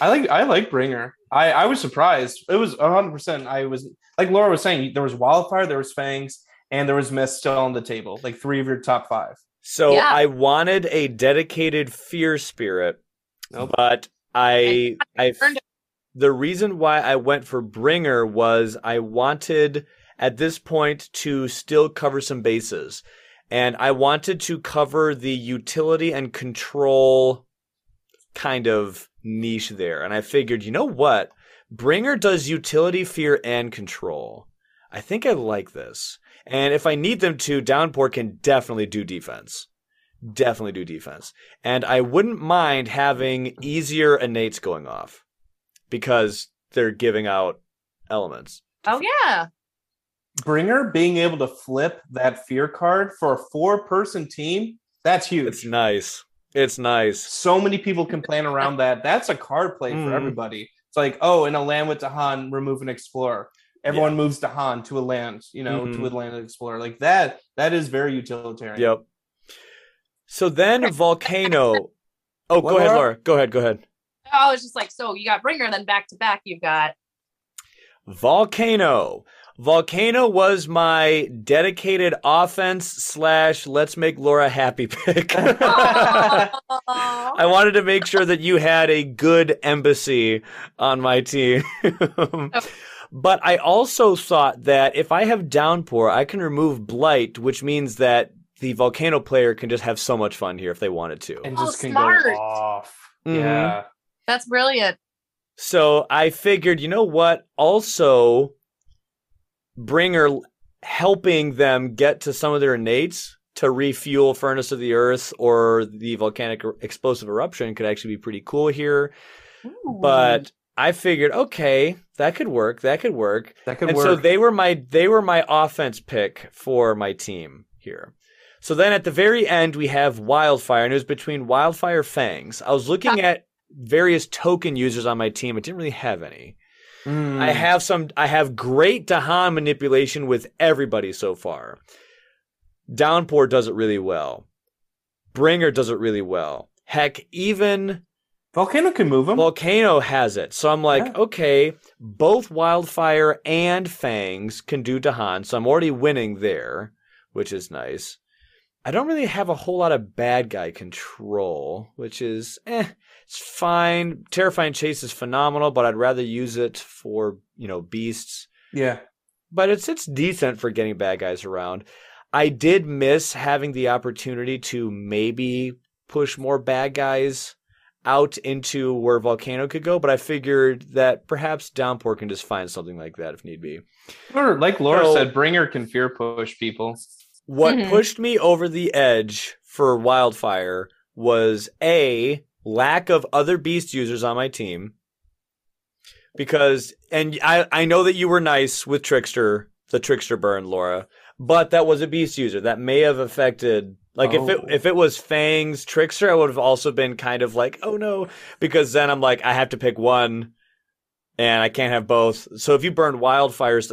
I like I like Bringer. I I was surprised. It was 100. percent I was like Laura was saying, there was Wildfire, there was Fangs, and there was Mist still on the table, like three of your top five.
So
Yeah.
I wanted a dedicated fear spirit,
Nope.
but I I
Earned
the reason why I went for Bringer was I wanted at this point to still cover some bases. And I wanted to cover the utility and control kind of niche there. And I figured, you know what? Bringer does utility, fear, and control. I think I like this. And if I need them to, Downpour can definitely do defense. Definitely do defense. And I wouldn't mind having easier innates going off because they're giving out elements.
Oh yeah.
Bringer being able to flip that fear card for a four person team, that's huge.
It's nice. It's nice.
so many people can plan around that. That's a card play for
Mm.
everybody. It's like, oh, in a land with Dahan, remove an explorer. Everyone moves Dahan to a land, you know, to a land and explorer. Like that, that is very utilitarian.
Yep. So then volcano. Oh,
What,
go ahead,
Laura?
Laura. Go ahead. Go ahead.
I was Oh, just like, so you got Bringer, then back to back
<laughs>
you've got
Volcano. Volcano was my dedicated offense slash let's make Laura happy pick. <laughs> I
Oh,
wanted to make sure that you had a good embassy on my team. <laughs> but I also thought that if I have downpour, I can remove blight, which means that the volcano player can just have so much fun here if they wanted to.
And
Oh,
just can
smart.
go off.
Mhm.
Yeah.
that's brilliant.
So I figured, you know what? Also, Bringer helping them get to some of their innates to refuel Furnace of the Earth or the volcanic er- explosive eruption could actually be pretty cool here. But I figured, okay, that could work. That could work.
That could
and
work.
so they were my they were my offense pick for my team here. So then at the very end we have Wildfire, and it was between Wildfire Fangs. I was looking at various token users on my team. I didn't really have any.
Mm.
I have some. I have great Dahan manipulation with everybody so far. Downpour does it really well. Bringer does it really well. Heck, even
Volcano can move them.
Volcano has it. So I'm like,
Yeah.
okay, both Wildfire and Fangs can do Dahan, so I'm already winning there, which is nice. I don't really have a whole lot of bad guy control, which is eh, it's fine. Terrifying Chase is phenomenal, but I'd rather use it for, you know, beasts
yeah.
but it's it's decent for getting bad guys around. I did miss having the opportunity to maybe push more bad guys out into where volcano could go, but I figured that perhaps downpour can just find something like that if need be.
Or like Laura
So-
said, Bringer can fear push people.
What
Mhm.
pushed me over the edge for wildfire was a lack of other beast users on my team. Because and I I know that you were nice with trickster, the trickster burn, Laura, but that was a beast user that may have affected like if it
Oh.
if it was Fang's trickster, I would have also been kind of like, "Oh no," because then I'm like, I have to pick one and I can't have both. So if you burned wildfires,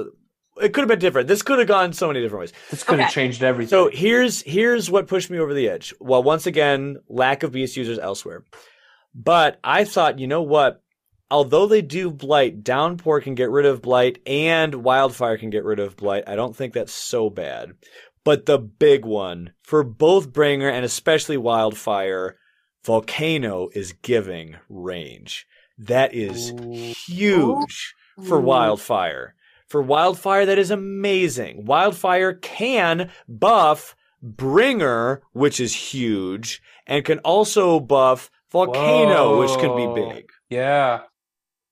it could have been different. This could have gone so many different ways.
This could have
Okay.
changed everything.
So here's here's what pushed me over the edge. Well, once again, lack of beast users elsewhere. But I thought, you know what? Although they do blight, downpour can get rid of blight, and wildfire can get rid of blight. I don't think that's so bad. But the big one for both Bringer and especially Wildfire, Volcano is giving range. That is huge for
Mm-hmm.
Wildfire. For Wildfire, that is amazing. Wildfire can buff Bringer, which is huge, and can also buff Volcano, which can
Whoa.
be big.
yeah.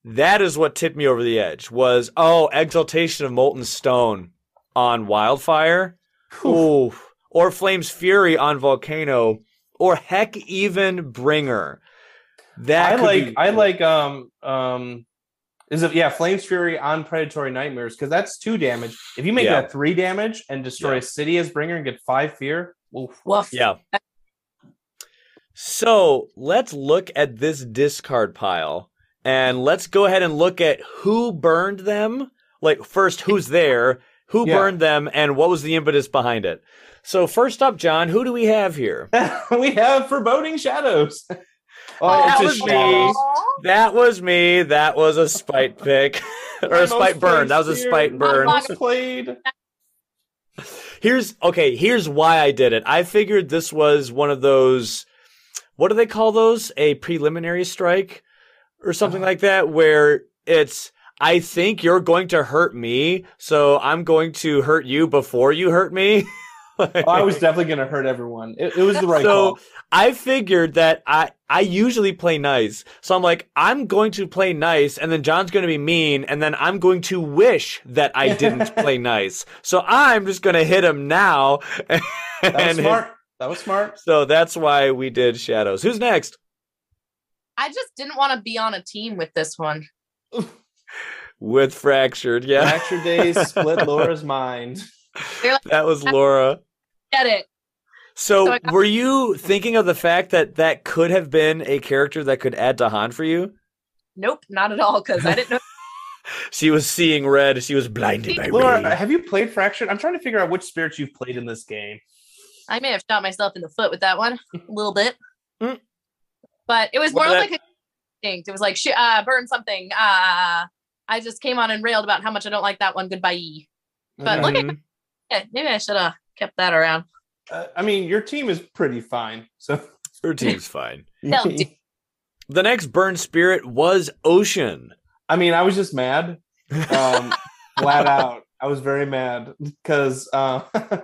That is what tipped me over the edge. Was oh, exaltation of molten stone on Wildfire. Ooh. Or Flame's Fury on Volcano, or heck, even Bringer. That
I
could
like
be-
I like um um Is it yeah, Flames Fury on Predatory Nightmares? Because that's two damage. If you make
Yeah.
that three damage and destroy a city as bringer and get five fear, oof. <laughs>
Woof.
Yeah. So let's look at this discard pile and let's go ahead and look at who burned them. Like, first, who's there, who
Yeah.
burned them, and what was the impetus behind it. So, first up, John, who do we have here?
we have foreboding shadows. <laughs> oh,
That was
it's a
me.
shadow.
That was me. That was a spite pick or a
Almost
spite burn.
Flames
That was a
Fury,
spite burn.
almost
<laughs>
Played.
Here's okay. Here's why I did it. I figured this was one of those. What do they call those? A preliminary strike, or something
Uh-huh.
like that, where it's. I think you're going to hurt me, so I'm going to hurt you before you hurt me. <laughs>
Oh, I was definitely gonna hurt everyone. It, it was the right
So-
call.
I figured that I I usually play nice. So I'm like, I'm going to play nice and then John's going to be mean and then I'm going to wish that I
<laughs>
didn't play nice. So I'm just going to hit him now. <laughs> And
That was smart. That was smart.
so that's why we did shadows. Who's next?
I just didn't want to be on a team with this one.
With fractured. Yeah.
Fracture days split Laura's mind.
<laughs> That was Laura.
Get it? So
So
I got-
were you thinking of the fact that that could have been a character that could add to Han for you?
Nope, not at all. Because I didn't <laughs> know.
She was seeing red. She was blinded by red.
Laura, have you played Fractured? I'm trying to figure out which spirits you've played in this game.
I may have shot myself in the foot with that one a little bit.
Mm.
But it was
What
more
about-
like a instinct. It was like, sh- uh, burn something. Uh, I just came on and railed about how much I don't like that one. Goodbye. But look at yeah, maybe I should have kept that around.
Uh, I mean, your team is pretty fine. So
Her team's fine.
<laughs>
Hell, dude.
The next burn spirit was Ocean.
I mean, I was just mad, um, flat out. I was very mad because uh, <laughs>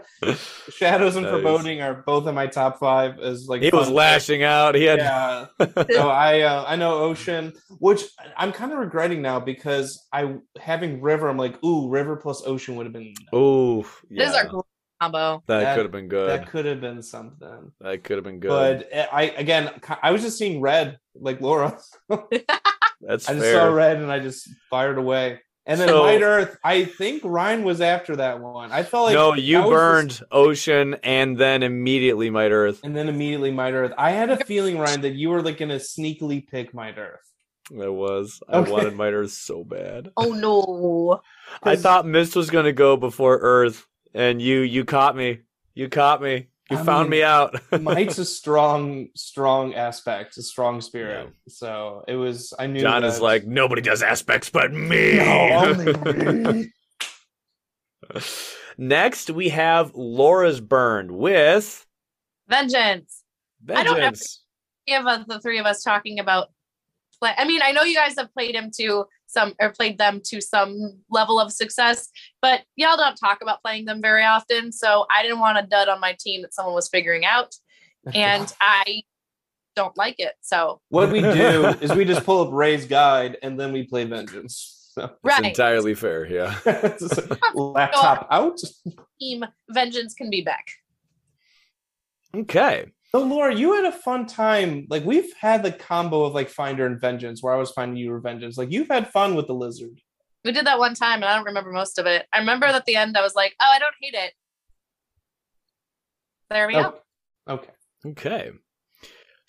shadows and
Nice.
foreboding are both in my top five. As like
He was
fun-
lashing out. He had <laughs>
Yeah, so I uh, I know Ocean, which I'm kind of regretting now because I having River, I'm like, ooh, River plus Ocean would have been
oh, yeah.
This is our great combo.
that,
That-
could have been good.
that could have been something.
That, could have been good.
But eh, I again, I was just seeing red, like Laura.
That's
I just
fair.
saw red and I just fired away. And then
So-
White Earth, I think Ryan was after that one. I felt like
no, you
that was
burned
just-
Ocean and then immediately Might Earth.
and then immediately Might Earth. I had a feeling, Ryan, that you were like gonna sneakily pick
<laughs>
Might Earth.
I was. I
Okay.
wanted Might Earth so bad.
Oh no.
I
'Cause-
thought Mist was gonna go before Earth, and you you caught me. You caught me. You
I
found
mean,
me out.
Might's a strong, strong aspect, a strong spirit. So it was I
<laughs>
knew
John
that-
is like, nobody does aspects but me.
No,
<laughs>
only me.
Next, we have Laura's burned with
Vengeance. I don't have-
vengeance.
Three of us, the three of us talking about play. I mean, I know you guys have played him to some or played them to some level of success, but y'all don't talk about playing them very often. So I didn't want a dud on my team that someone was figuring out. And I don't like it. So
what
<laughs>
we do is we just pull up Ray's guide and then we play Vengeance. So <laughs>
It's
right.
entirely fair. Yeah.
it's just like, laptop out.
team vengeance can be back.
Okay.
So Laura, you had a fun time. Like we've had the combo of like Finder and Vengeance, where I was finding you were Vengeance. Like you've had fun with the lizard.
We did that one time and I don't remember most of it. I remember at the end I was like, oh, I don't hate it. There we go.
Okay. okay.
Okay.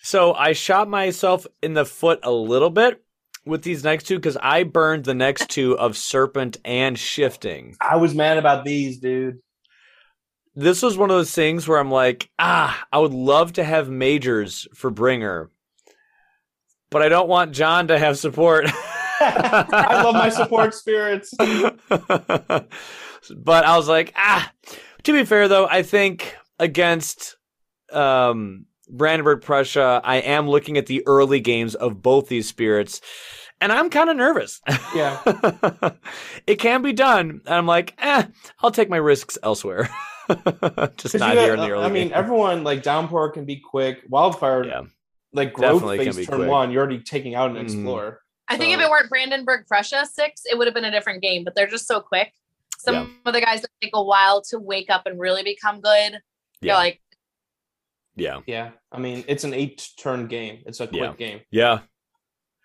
So I shot myself in the foot a little bit with these next two because I burned the next two of serpent and shifting.
I was mad about these, dude.
This was one of those things where I'm like, ah, I would love to have majors for Bringer, but I don't want John to have support. <laughs>
I love my support spirits.
but I was like, ah. To be fair, though, I think against um, Brandenburg Prussia, I am looking at the early games of both these spirits, and I'm kind of nervous.
Yeah.
<laughs> it can be done, and I'm like, eh, I'll take my risks elsewhere. <laughs> Just
'Cause
not
you
here in
had-
the early.
I mean,
game.
everyone like downpour can be quick. Wildfire,
<laughs> Yeah.
like growth
Definitely can
phase
be
turn
quick.
one, you're already taking out an
Mhm.
explorer.
I think if
So-
it weren't Brandenburg Prussia six, it would have been a different game, but they're just so quick. Some of the guys that take a while to wake up and really become good.
Yeah.
You're like,
yeah,
Yeah, I mean it's an eight turn game. It's a quick
Yeah.
game.
yeah,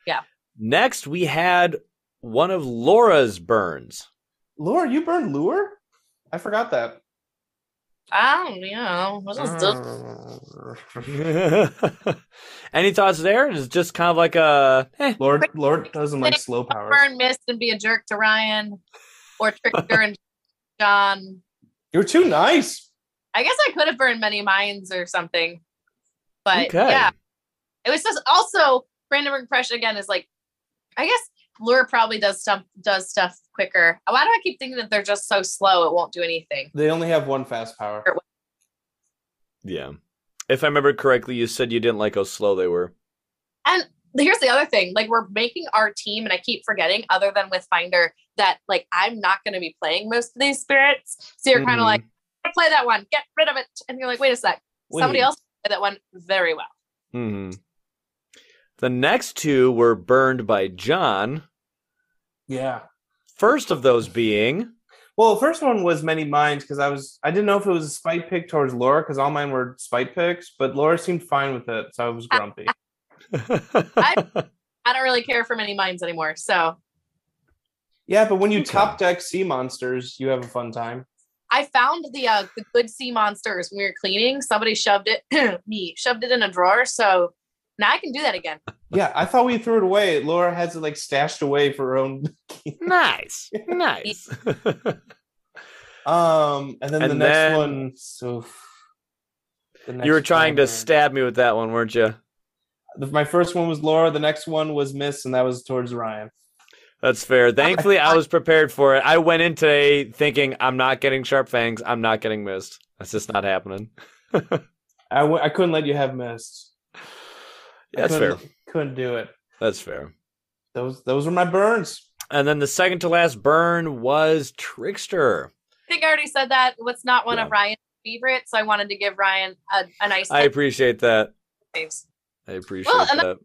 Yeah.
Next, we had one of Laura's burns.
Lure, you burn lure? I forgot that.
Oh yeah. What
Uh-huh.
is this?
<laughs> Any thoughts there? It's just kind of like a. eh.
Lord Lord doesn't like slow powers.
Burn missed and be a jerk to Ryan, or Trickster and John.
You're too nice.
I guess I could have burned many mines or something, but
Okay.
yeah, it was just also random impression again is like, I guess lure probably does stuff does stuff quicker. Why do I keep thinking that they're just so slow it won't do anything?
They only have one fast power.
Yeah. If I remember correctly, you said you didn't like how slow they were.
here's the other thing like we're making our team and i keep forgetting other than with finder that like i'm not going to be playing most of these spirits so you're kind
Mhm.
of like
Mm-hmm.
"I'm gonna play that one get rid of it and you're like wait a sec
Wait.
somebody else played that one very well
hmm The next two were burned by John.
Yeah.
First of those <laughs> being.
Well, the first one was many minds because I was I didn't know if it was a spite pick towards Laura because all mine were spite picks, but Laura seemed fine with it, so I was grumpy.
<laughs>
i don't really care for many minds anymore so
yeah, but when you top deck sea monsters, you have a fun time.
i found the uh the good sea monsters when we were cleaning somebody shoved it <clears throat> me shoved it in a drawer so now i can do that again
Yeah, I thought we threw it away. Laura has it like stashed away for her own. <laughs>
nice. <laughs> Nice.
Um, and then the
And
next
then-
one. So the next
you were trying to
one- uh,
stab me with that one, weren't you?
The- My first one was Laura. The next one was Miss, and that was towards Ryan.
That's fair. Thankfully, <laughs> I was prepared for it. I went in today thinking I'm not getting sharp fangs. I'm not getting missed. That's just not happening.
I w- I couldn't let you have Miss. I
That's fair.
couldn't- Couldn't do it.
That's fair.
Those those were my burns.
And then the second to last burn was Trickster.
i think i already said that what's not one of
Yeah.
ryan's favorites so i wanted to give ryan a, a nice
I appreciate that. I appreciate
Well, and
that.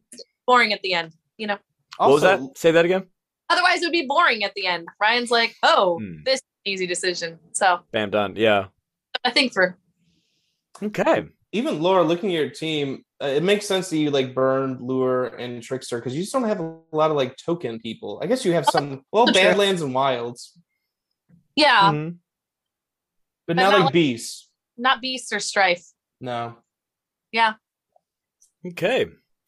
boring at the end you know
What was
Also,
that? Say that again.
otherwise it would be boring at the end. Ryan's like, oh,
Hmm.
this is an easy decision. So
Bam done. Yeah.
I think for
Okay.
even Laura, looking at your team, uh, it makes sense that you like burn, lure, and trickster because you just don't have a lot of like token people. I guess you have some well,
That's true.
Badlands and Wilds,
yeah,
Mhm.
but
And
not
not
like
like-
beasts.
Hmm.
not beast or strife.
No,
Okay.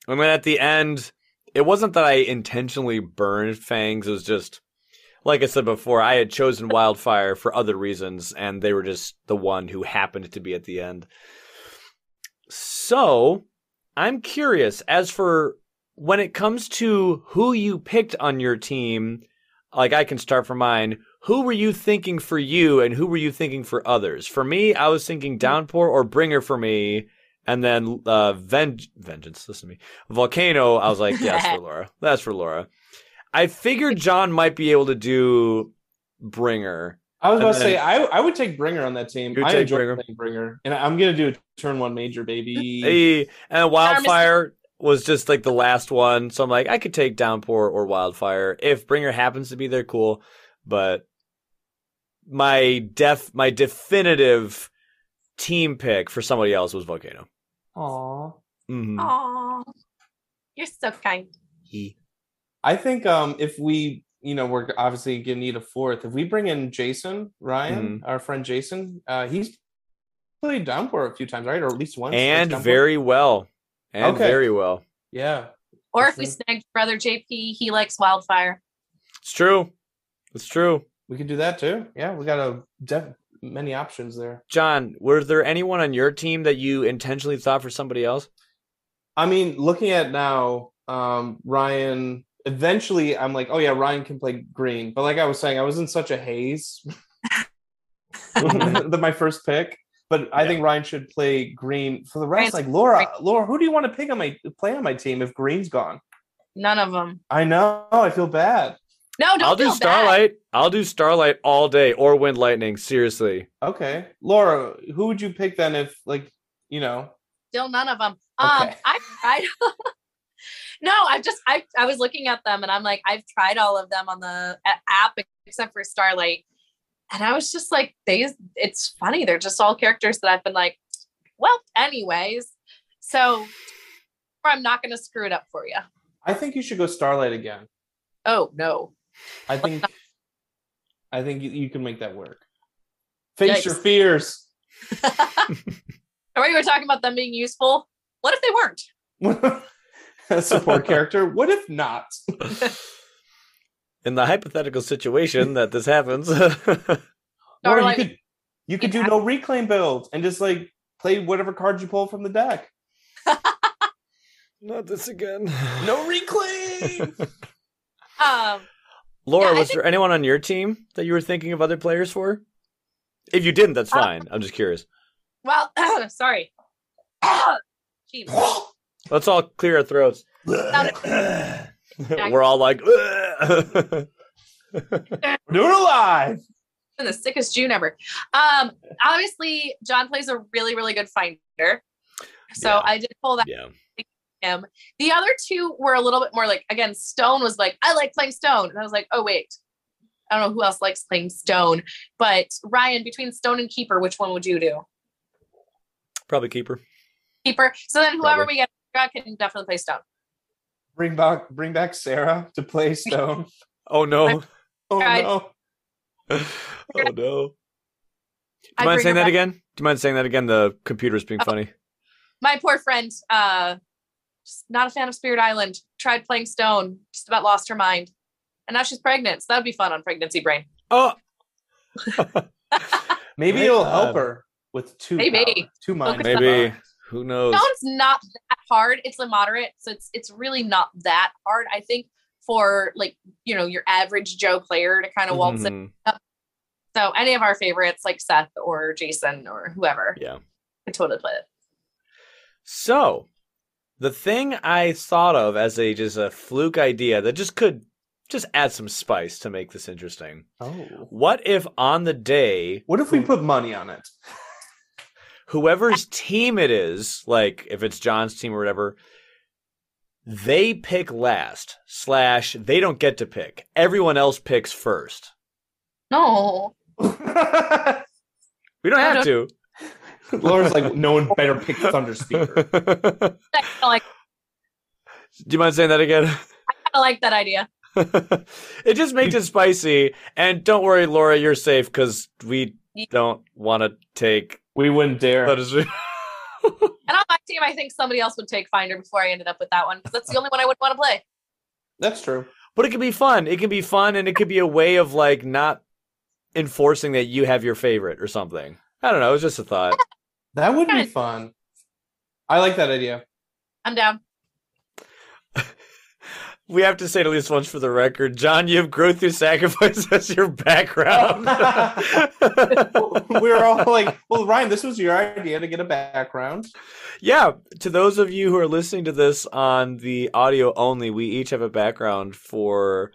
And then at the end, it wasn't that I intentionally burned fangs. It was just, like I said before, I had chosen wildfire for other reasons, and they were just the one who happened to be at the end. So I'm curious as for when it comes to who you picked on your team, like I can start for mine. Who were you thinking for you, and who were you thinking for others? For me, I was thinking Downpour or Bringer for me, and then uh, Ven- Vengeance. Listen to me, Volcano. I was like, yeah, that's for Laura. That's for Laura. I figured John might be able to do Bringer.
I was
And
about to
then-
say I, I would take Bringer on that team.
You would
I
take
enjoy
Bringer.
playing Bringer, and I'm gonna do a turn one major, baby.
Hey, and
Sorry, Mr.
Wildfire was just like the last one, so I'm like, I could take Downpour or Wildfire if Bringer happens to be there. Cool, but my def my definitive team pick for somebody else was Volcano.
Aw.
Mhm.
Aw, you're so kind.
He-
I think um if we you know we're obviously gonna need a fourth. If we bring in Jason Ryan,
Mm-hmm.
our friend Jason, uh he's played downpour a few times, right? Or at least once.
and
Downpour?
very well, and
Okay.
very well.
yeah.
Or
For
if we
sure.
snagged brother JP, he likes wildfire.
It's true. It's true.
We could do that too. Yeah, we got a def- many options there.
John, were there anyone on your team that you intentionally thought for somebody else?
I mean, looking at now, um Ryan eventually I'm like, oh yeah, Ryan can play green. But like I was saying, I was in such a
<laughs>
haze <laughs> that my first pick. But I think Ryan should play green for the rest.
Ryan's
Like Laura, Laura, who do you want to pick on my play on my team if Green's gone?
None of them.
I know. I feel bad.
No, don't
I'll do
feel bad.
Starlight. I'll do Starlight all day or Wind Lightning. Seriously.
Okay, Laura, who would you pick then if like you know?
Still none of them. Um,
Okay.
I tried. <laughs> no, I just I I was looking at them and I'm like I've tried all of them on the a- app except for Starlight, and I was just like they. It's funny. They're just all characters that I've been like, well, anyways. So, or I'm not gonna screw it up for you.
I think you should go Starlight again.
Oh no.
I think I think you, you can make that work. Face
Yikes.
your fears.
Or Oh, we were talking about them being useful. What if they weren't?
<laughs>
<laughs>
Support character. What if not?
In the hypothetical situation that this happens, <laughs>
Or
Or
you
like-
could you could do
Yeah.
no reclaim build and just like play whatever cards you pull from the deck.
Not this again.
No <laughs> reclaim.
Um,
Laura,
Yeah, I
was there anyone on your team that you were thinking of other players for? If you didn't, that's
Uh,
fine. I'm just curious.
well, <clears throat> sorry. <coughs> Jeez.
Let's all clear our throats. We're all like,
do it alive.
been the sickest June ever. Um, obviously, John plays a really, really good finder. So
Yeah.
I did pull that
<laughs> Yeah.
him. The other two were a little bit more like, again, Stone was like, I like playing Stone. And I was like, oh, wait. I don't know who else likes playing Stone. But Ryan, between Stone and Keeper, which one would you do?
<laughs> probably keeper.
Keeper. So then whoever
Probably.
we get can definitely play Stone.
Bring back bring back Sarah to
<laughs>
play Stone.
Oh no!
Oh
Right.
no.
<laughs>
oh no.
Do you
I'd
mind
bring
saying
her
that
back.
again? Do you mind saying that again? The computer's being
Oh.
funny.
My poor friend, uh, just not a fan of Spirit Island, tried playing Stone, just about lost her mind. And now she's pregnant. So that would be fun on Pregnancy Brain.
Oh,
Maybe
Right,
it'll help
uh,
her with two
Maybe.
power, two mind.
Focus on-
Maybe. who knows?
Stone's not that hard. It's a moderate, so it's it's really not that hard. I think for like you know your average Joe player to kind of waltz in.
Mhm.
So any of our favorites like Seth or Jason or whoever
Yeah.
could totally play it.
So, the thing I thought of as a just a fluke idea that just could just add some spice to make this interesting.
Oh.
What if on the day
What if we put money on it? <laughs>
whoever's team it is, like if it's John's team or whatever, they pick last slash they don't get to pick. Everyone else picks first.
No,
We don't
I
have to.
Laura's like, no one better pick
<laughs>
Thunder Speaker.
Do
I kind of like
you mind saying that again? <laughs>
I like that idea.
it just makes it spicy. And don't worry, Laura, you're safe because we don't want to take.
We wouldn't dare.
That is
And on my team, I think somebody else would take Finder before I ended up with that one because that's the only one I would want to play.
That's true.
<laughs> but it can be fun. It can be fun, and it could be a way of like not enforcing that you have your favorite or something. I don't know. It was just a thought.
That would be
Kinda-
fun. I like that idea. <laughs>
I'm down.
We have to say it at least once for the record. John, you have growth through sacrifice <laughs> as your background. <laughs>
we were all like, well, Ryan, this was your idea to get a background.
Yeah, to those of you who are listening to this on the audio only, we each have a background for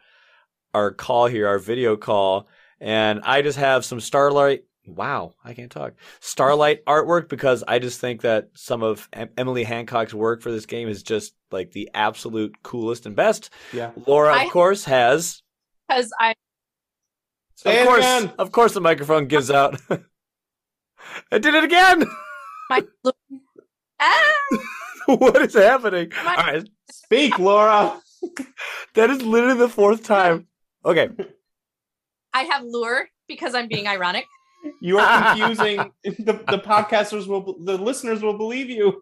our call here, our video call, and I just have some starlight. Wow, I can't talk. Starlight artwork because I just think that some of em- Emily Hancock's work for this game is just like the absolute coolest and best.
Yeah.
Laura, of
I-
course, has
Because I
Say
of
it
course,
again.
of course, the microphone gives out. <laughs> I did it again. <laughs>
my ah,
what is happening? All
I-
right,
Speak, Laura.
That is literally the fourth time.
<laughs>
Okay.
I have lure because I'm being ironic.
You
<laughs>
are confusing the, the podcasters will the listeners will believe you.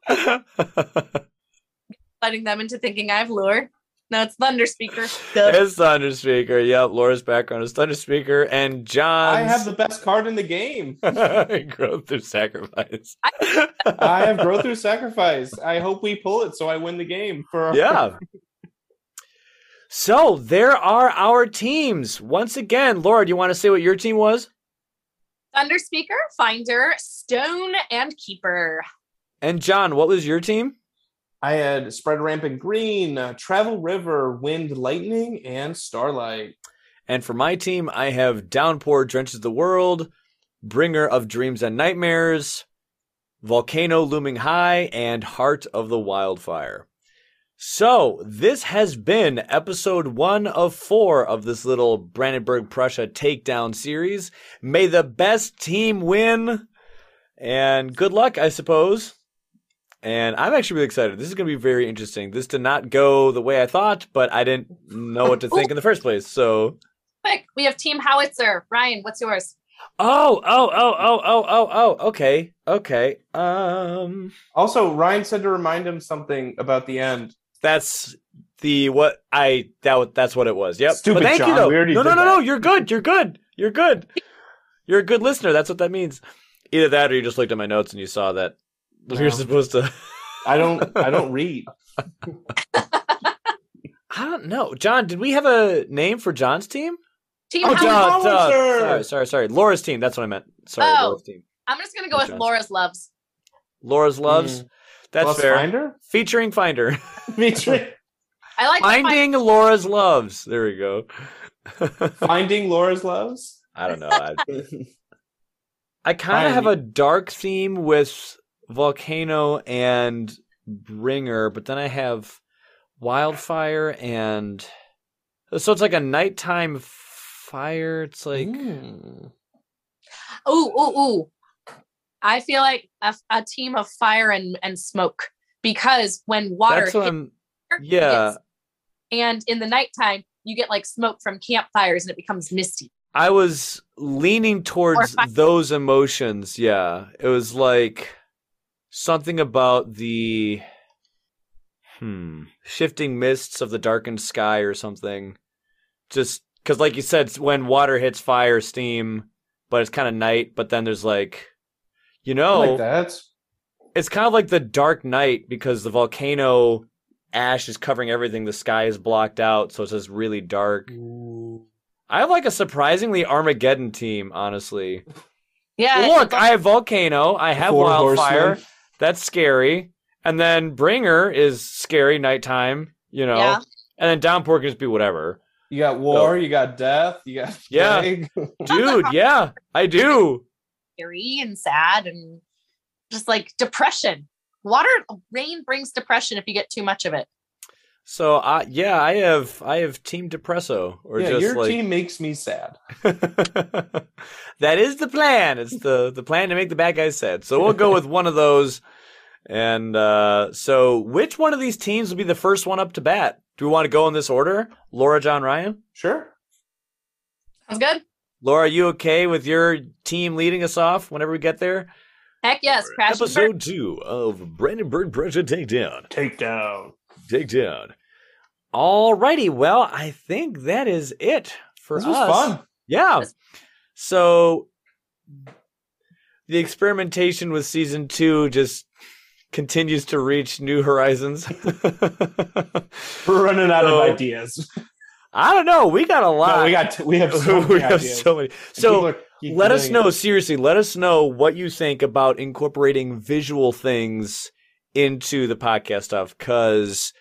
letting them into thinking I have lure. No, it's thunder speaker.
it's Thunder Speaker. Yep. Laura's background is Thunder Speaker. And John's
I have the best card in the game.
<laughs> growth through sacrifice. <laughs>
I have growth through sacrifice. I hope we pull it so I win the game for
yeah. So there are our teams. Once again, Laura, do you want to say what your team was?
Thunder speaker, finder, stone, and keeper.
And John, what was your team?
I had spread rampant green, uh, travel river, wind, lightning, and starlight.
And for my team, I have Downpour Drenches the World, Bringer of Dreams and Nightmares, Volcano Looming High, and Heart of the Wildfire. So, this has been episode one of four of this little Brandenburg Prussia takedown series. May the best team win, and good luck, I suppose. And I'm actually really excited. This is going to be very interesting. This did not go the way I thought, but I didn't know what to think in the first place. So,
Quick, we have Team Howitzer. Ryan, what's yours?
oh, oh, oh, oh, oh, oh, oh. Okay, okay. Um,
Also, Ryan said to remind him something about the end.
that's the what I that wa- that's what it was. Yep. but
Stupid,
thank you
John.
though.
We already
no, no,
did
no, no.
that.
You're good. You're good. You're good. You're a good listener. That's what that means. Either that, or you just looked at my notes and you saw that
No.
you're supposed to.
I don't. I
<laughs>
don't read.
I don't know, John. Did we have a name for John's team?
Team
Oh,
Howitzer.
John, John.
Howitzer.
Sorry, sorry, sorry. Laura's team. That's what I meant. Sorry,
Oh.
Laura's team.
I'm just gonna go with
Johnson.
Laura's loves.
Laura's loves. That's
Plus
fair.
Mm. Finder. <laughs>
Featuring Finder.
Featuring-
I like the
Finding Laura's loves. There we go.
Finding Laura's loves.
I don't know. I, I kind of have a dark theme with volcano and bringer, but then I have wildfire and so it's like a nighttime fire. It's like
Mm.
fi- ooh ooh ooh. I feel like a, a team of fire and, and smoke because when water
that's what
hits
I'm.
her, it
Yeah.
gets- and in the nighttime you get like smoke from campfires and it becomes misty.
I was leaning towards
fi-
those emotions. Yeah. It was like something about the hmm, shifting mists of the darkened sky or something. Just cuz like you said it's when water hits fire steam, but it's kind of night, but then there's like you
I
know,
like that.
it's kind of like the dark night because the volcano ash is covering everything, the sky is blocked out, so it's just really dark.
Mm.
I have like a surprisingly Armageddon team, honestly.
Yeah.
Look, I have Volcano, I have
Four
Wildfire.
horsemen.
That's scary. And then Bringer is scary nighttime, you know.
Yeah.
And then Downpour can just be whatever.
You got war. You got death. You got
<laughs> Yeah.
plague.
Dude, yeah, I do.
scary and sad and just like depression. Water rain brings depression if you get too much of it.
So I yeah, I have I have Team Depresso or
yeah,
just
your
like
team makes me sad.
<laughs> that is the plan. It's the the plan to make the bad guys sad. So we'll go with one of those. And uh, so, which one of these teams will be the first one up to bat? Do we want to go in this order? Laura, John, Ryan.
Sure.
Sounds good?
Laura, are you okay with your team leading us off whenever we get there?
Heck yes, crash and burn.
Episode two of Brandenburg Pressure Takedown.
Takedown.
Takedown. <laughs>
Alrighty. Well, I think that is it for
This
us.
was fun.
Yeah. So the experimentation with season two just continues to reach new
<laughs>
horizons. <laughs>
We're running out
So-
of ideas. <laughs>
I don't know. We got a lot.
No, we got.
<laughs>
we have so many
we have
ideas.
so many.
And
So
people are- keep
let us
doing
know
it.
seriously let us know what you think about incorporating visual things into the podcast stuff because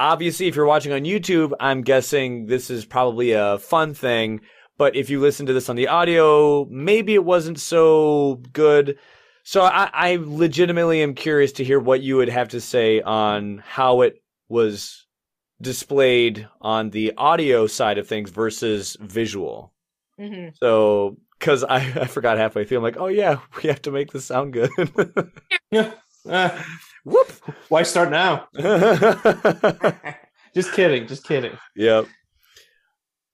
obviously if you're watching on youtube i'm guessing this is probably a fun thing but if you listen to this on the audio maybe it wasn't so good so i, I legitimately am curious to hear what you would have to say on how it was displayed on the audio side of things versus visual
Mhm.
so, because I, <laughs> I forgot halfway through, I'm like, oh yeah, <laughs> we have to make this sound good. <laughs>
Uh,
Whoop.
<laughs> why start now?
yep.
just kidding. Just kidding.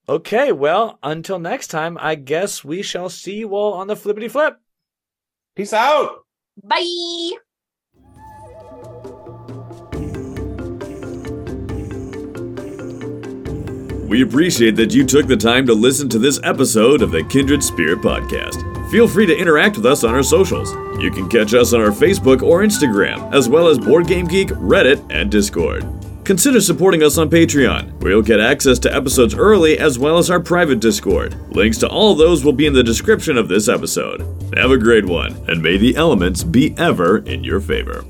Okay, well, until next time, I guess we shall see you all on the flippity flip.
Peace out.
Bye.
We appreciate that you took the time to listen to this episode of the Kindred Spirit Podcast. Feel free to interact with us on our socials. You can catch us on our Facebook or Instagram, as well as Board Game Geek, Reddit, and Discord. Consider supporting us on Patreon, where you'll get access to episodes early as well as our private Discord. Links to all those will be in the description of this episode. Have a great one, and may the elements be ever in your favor.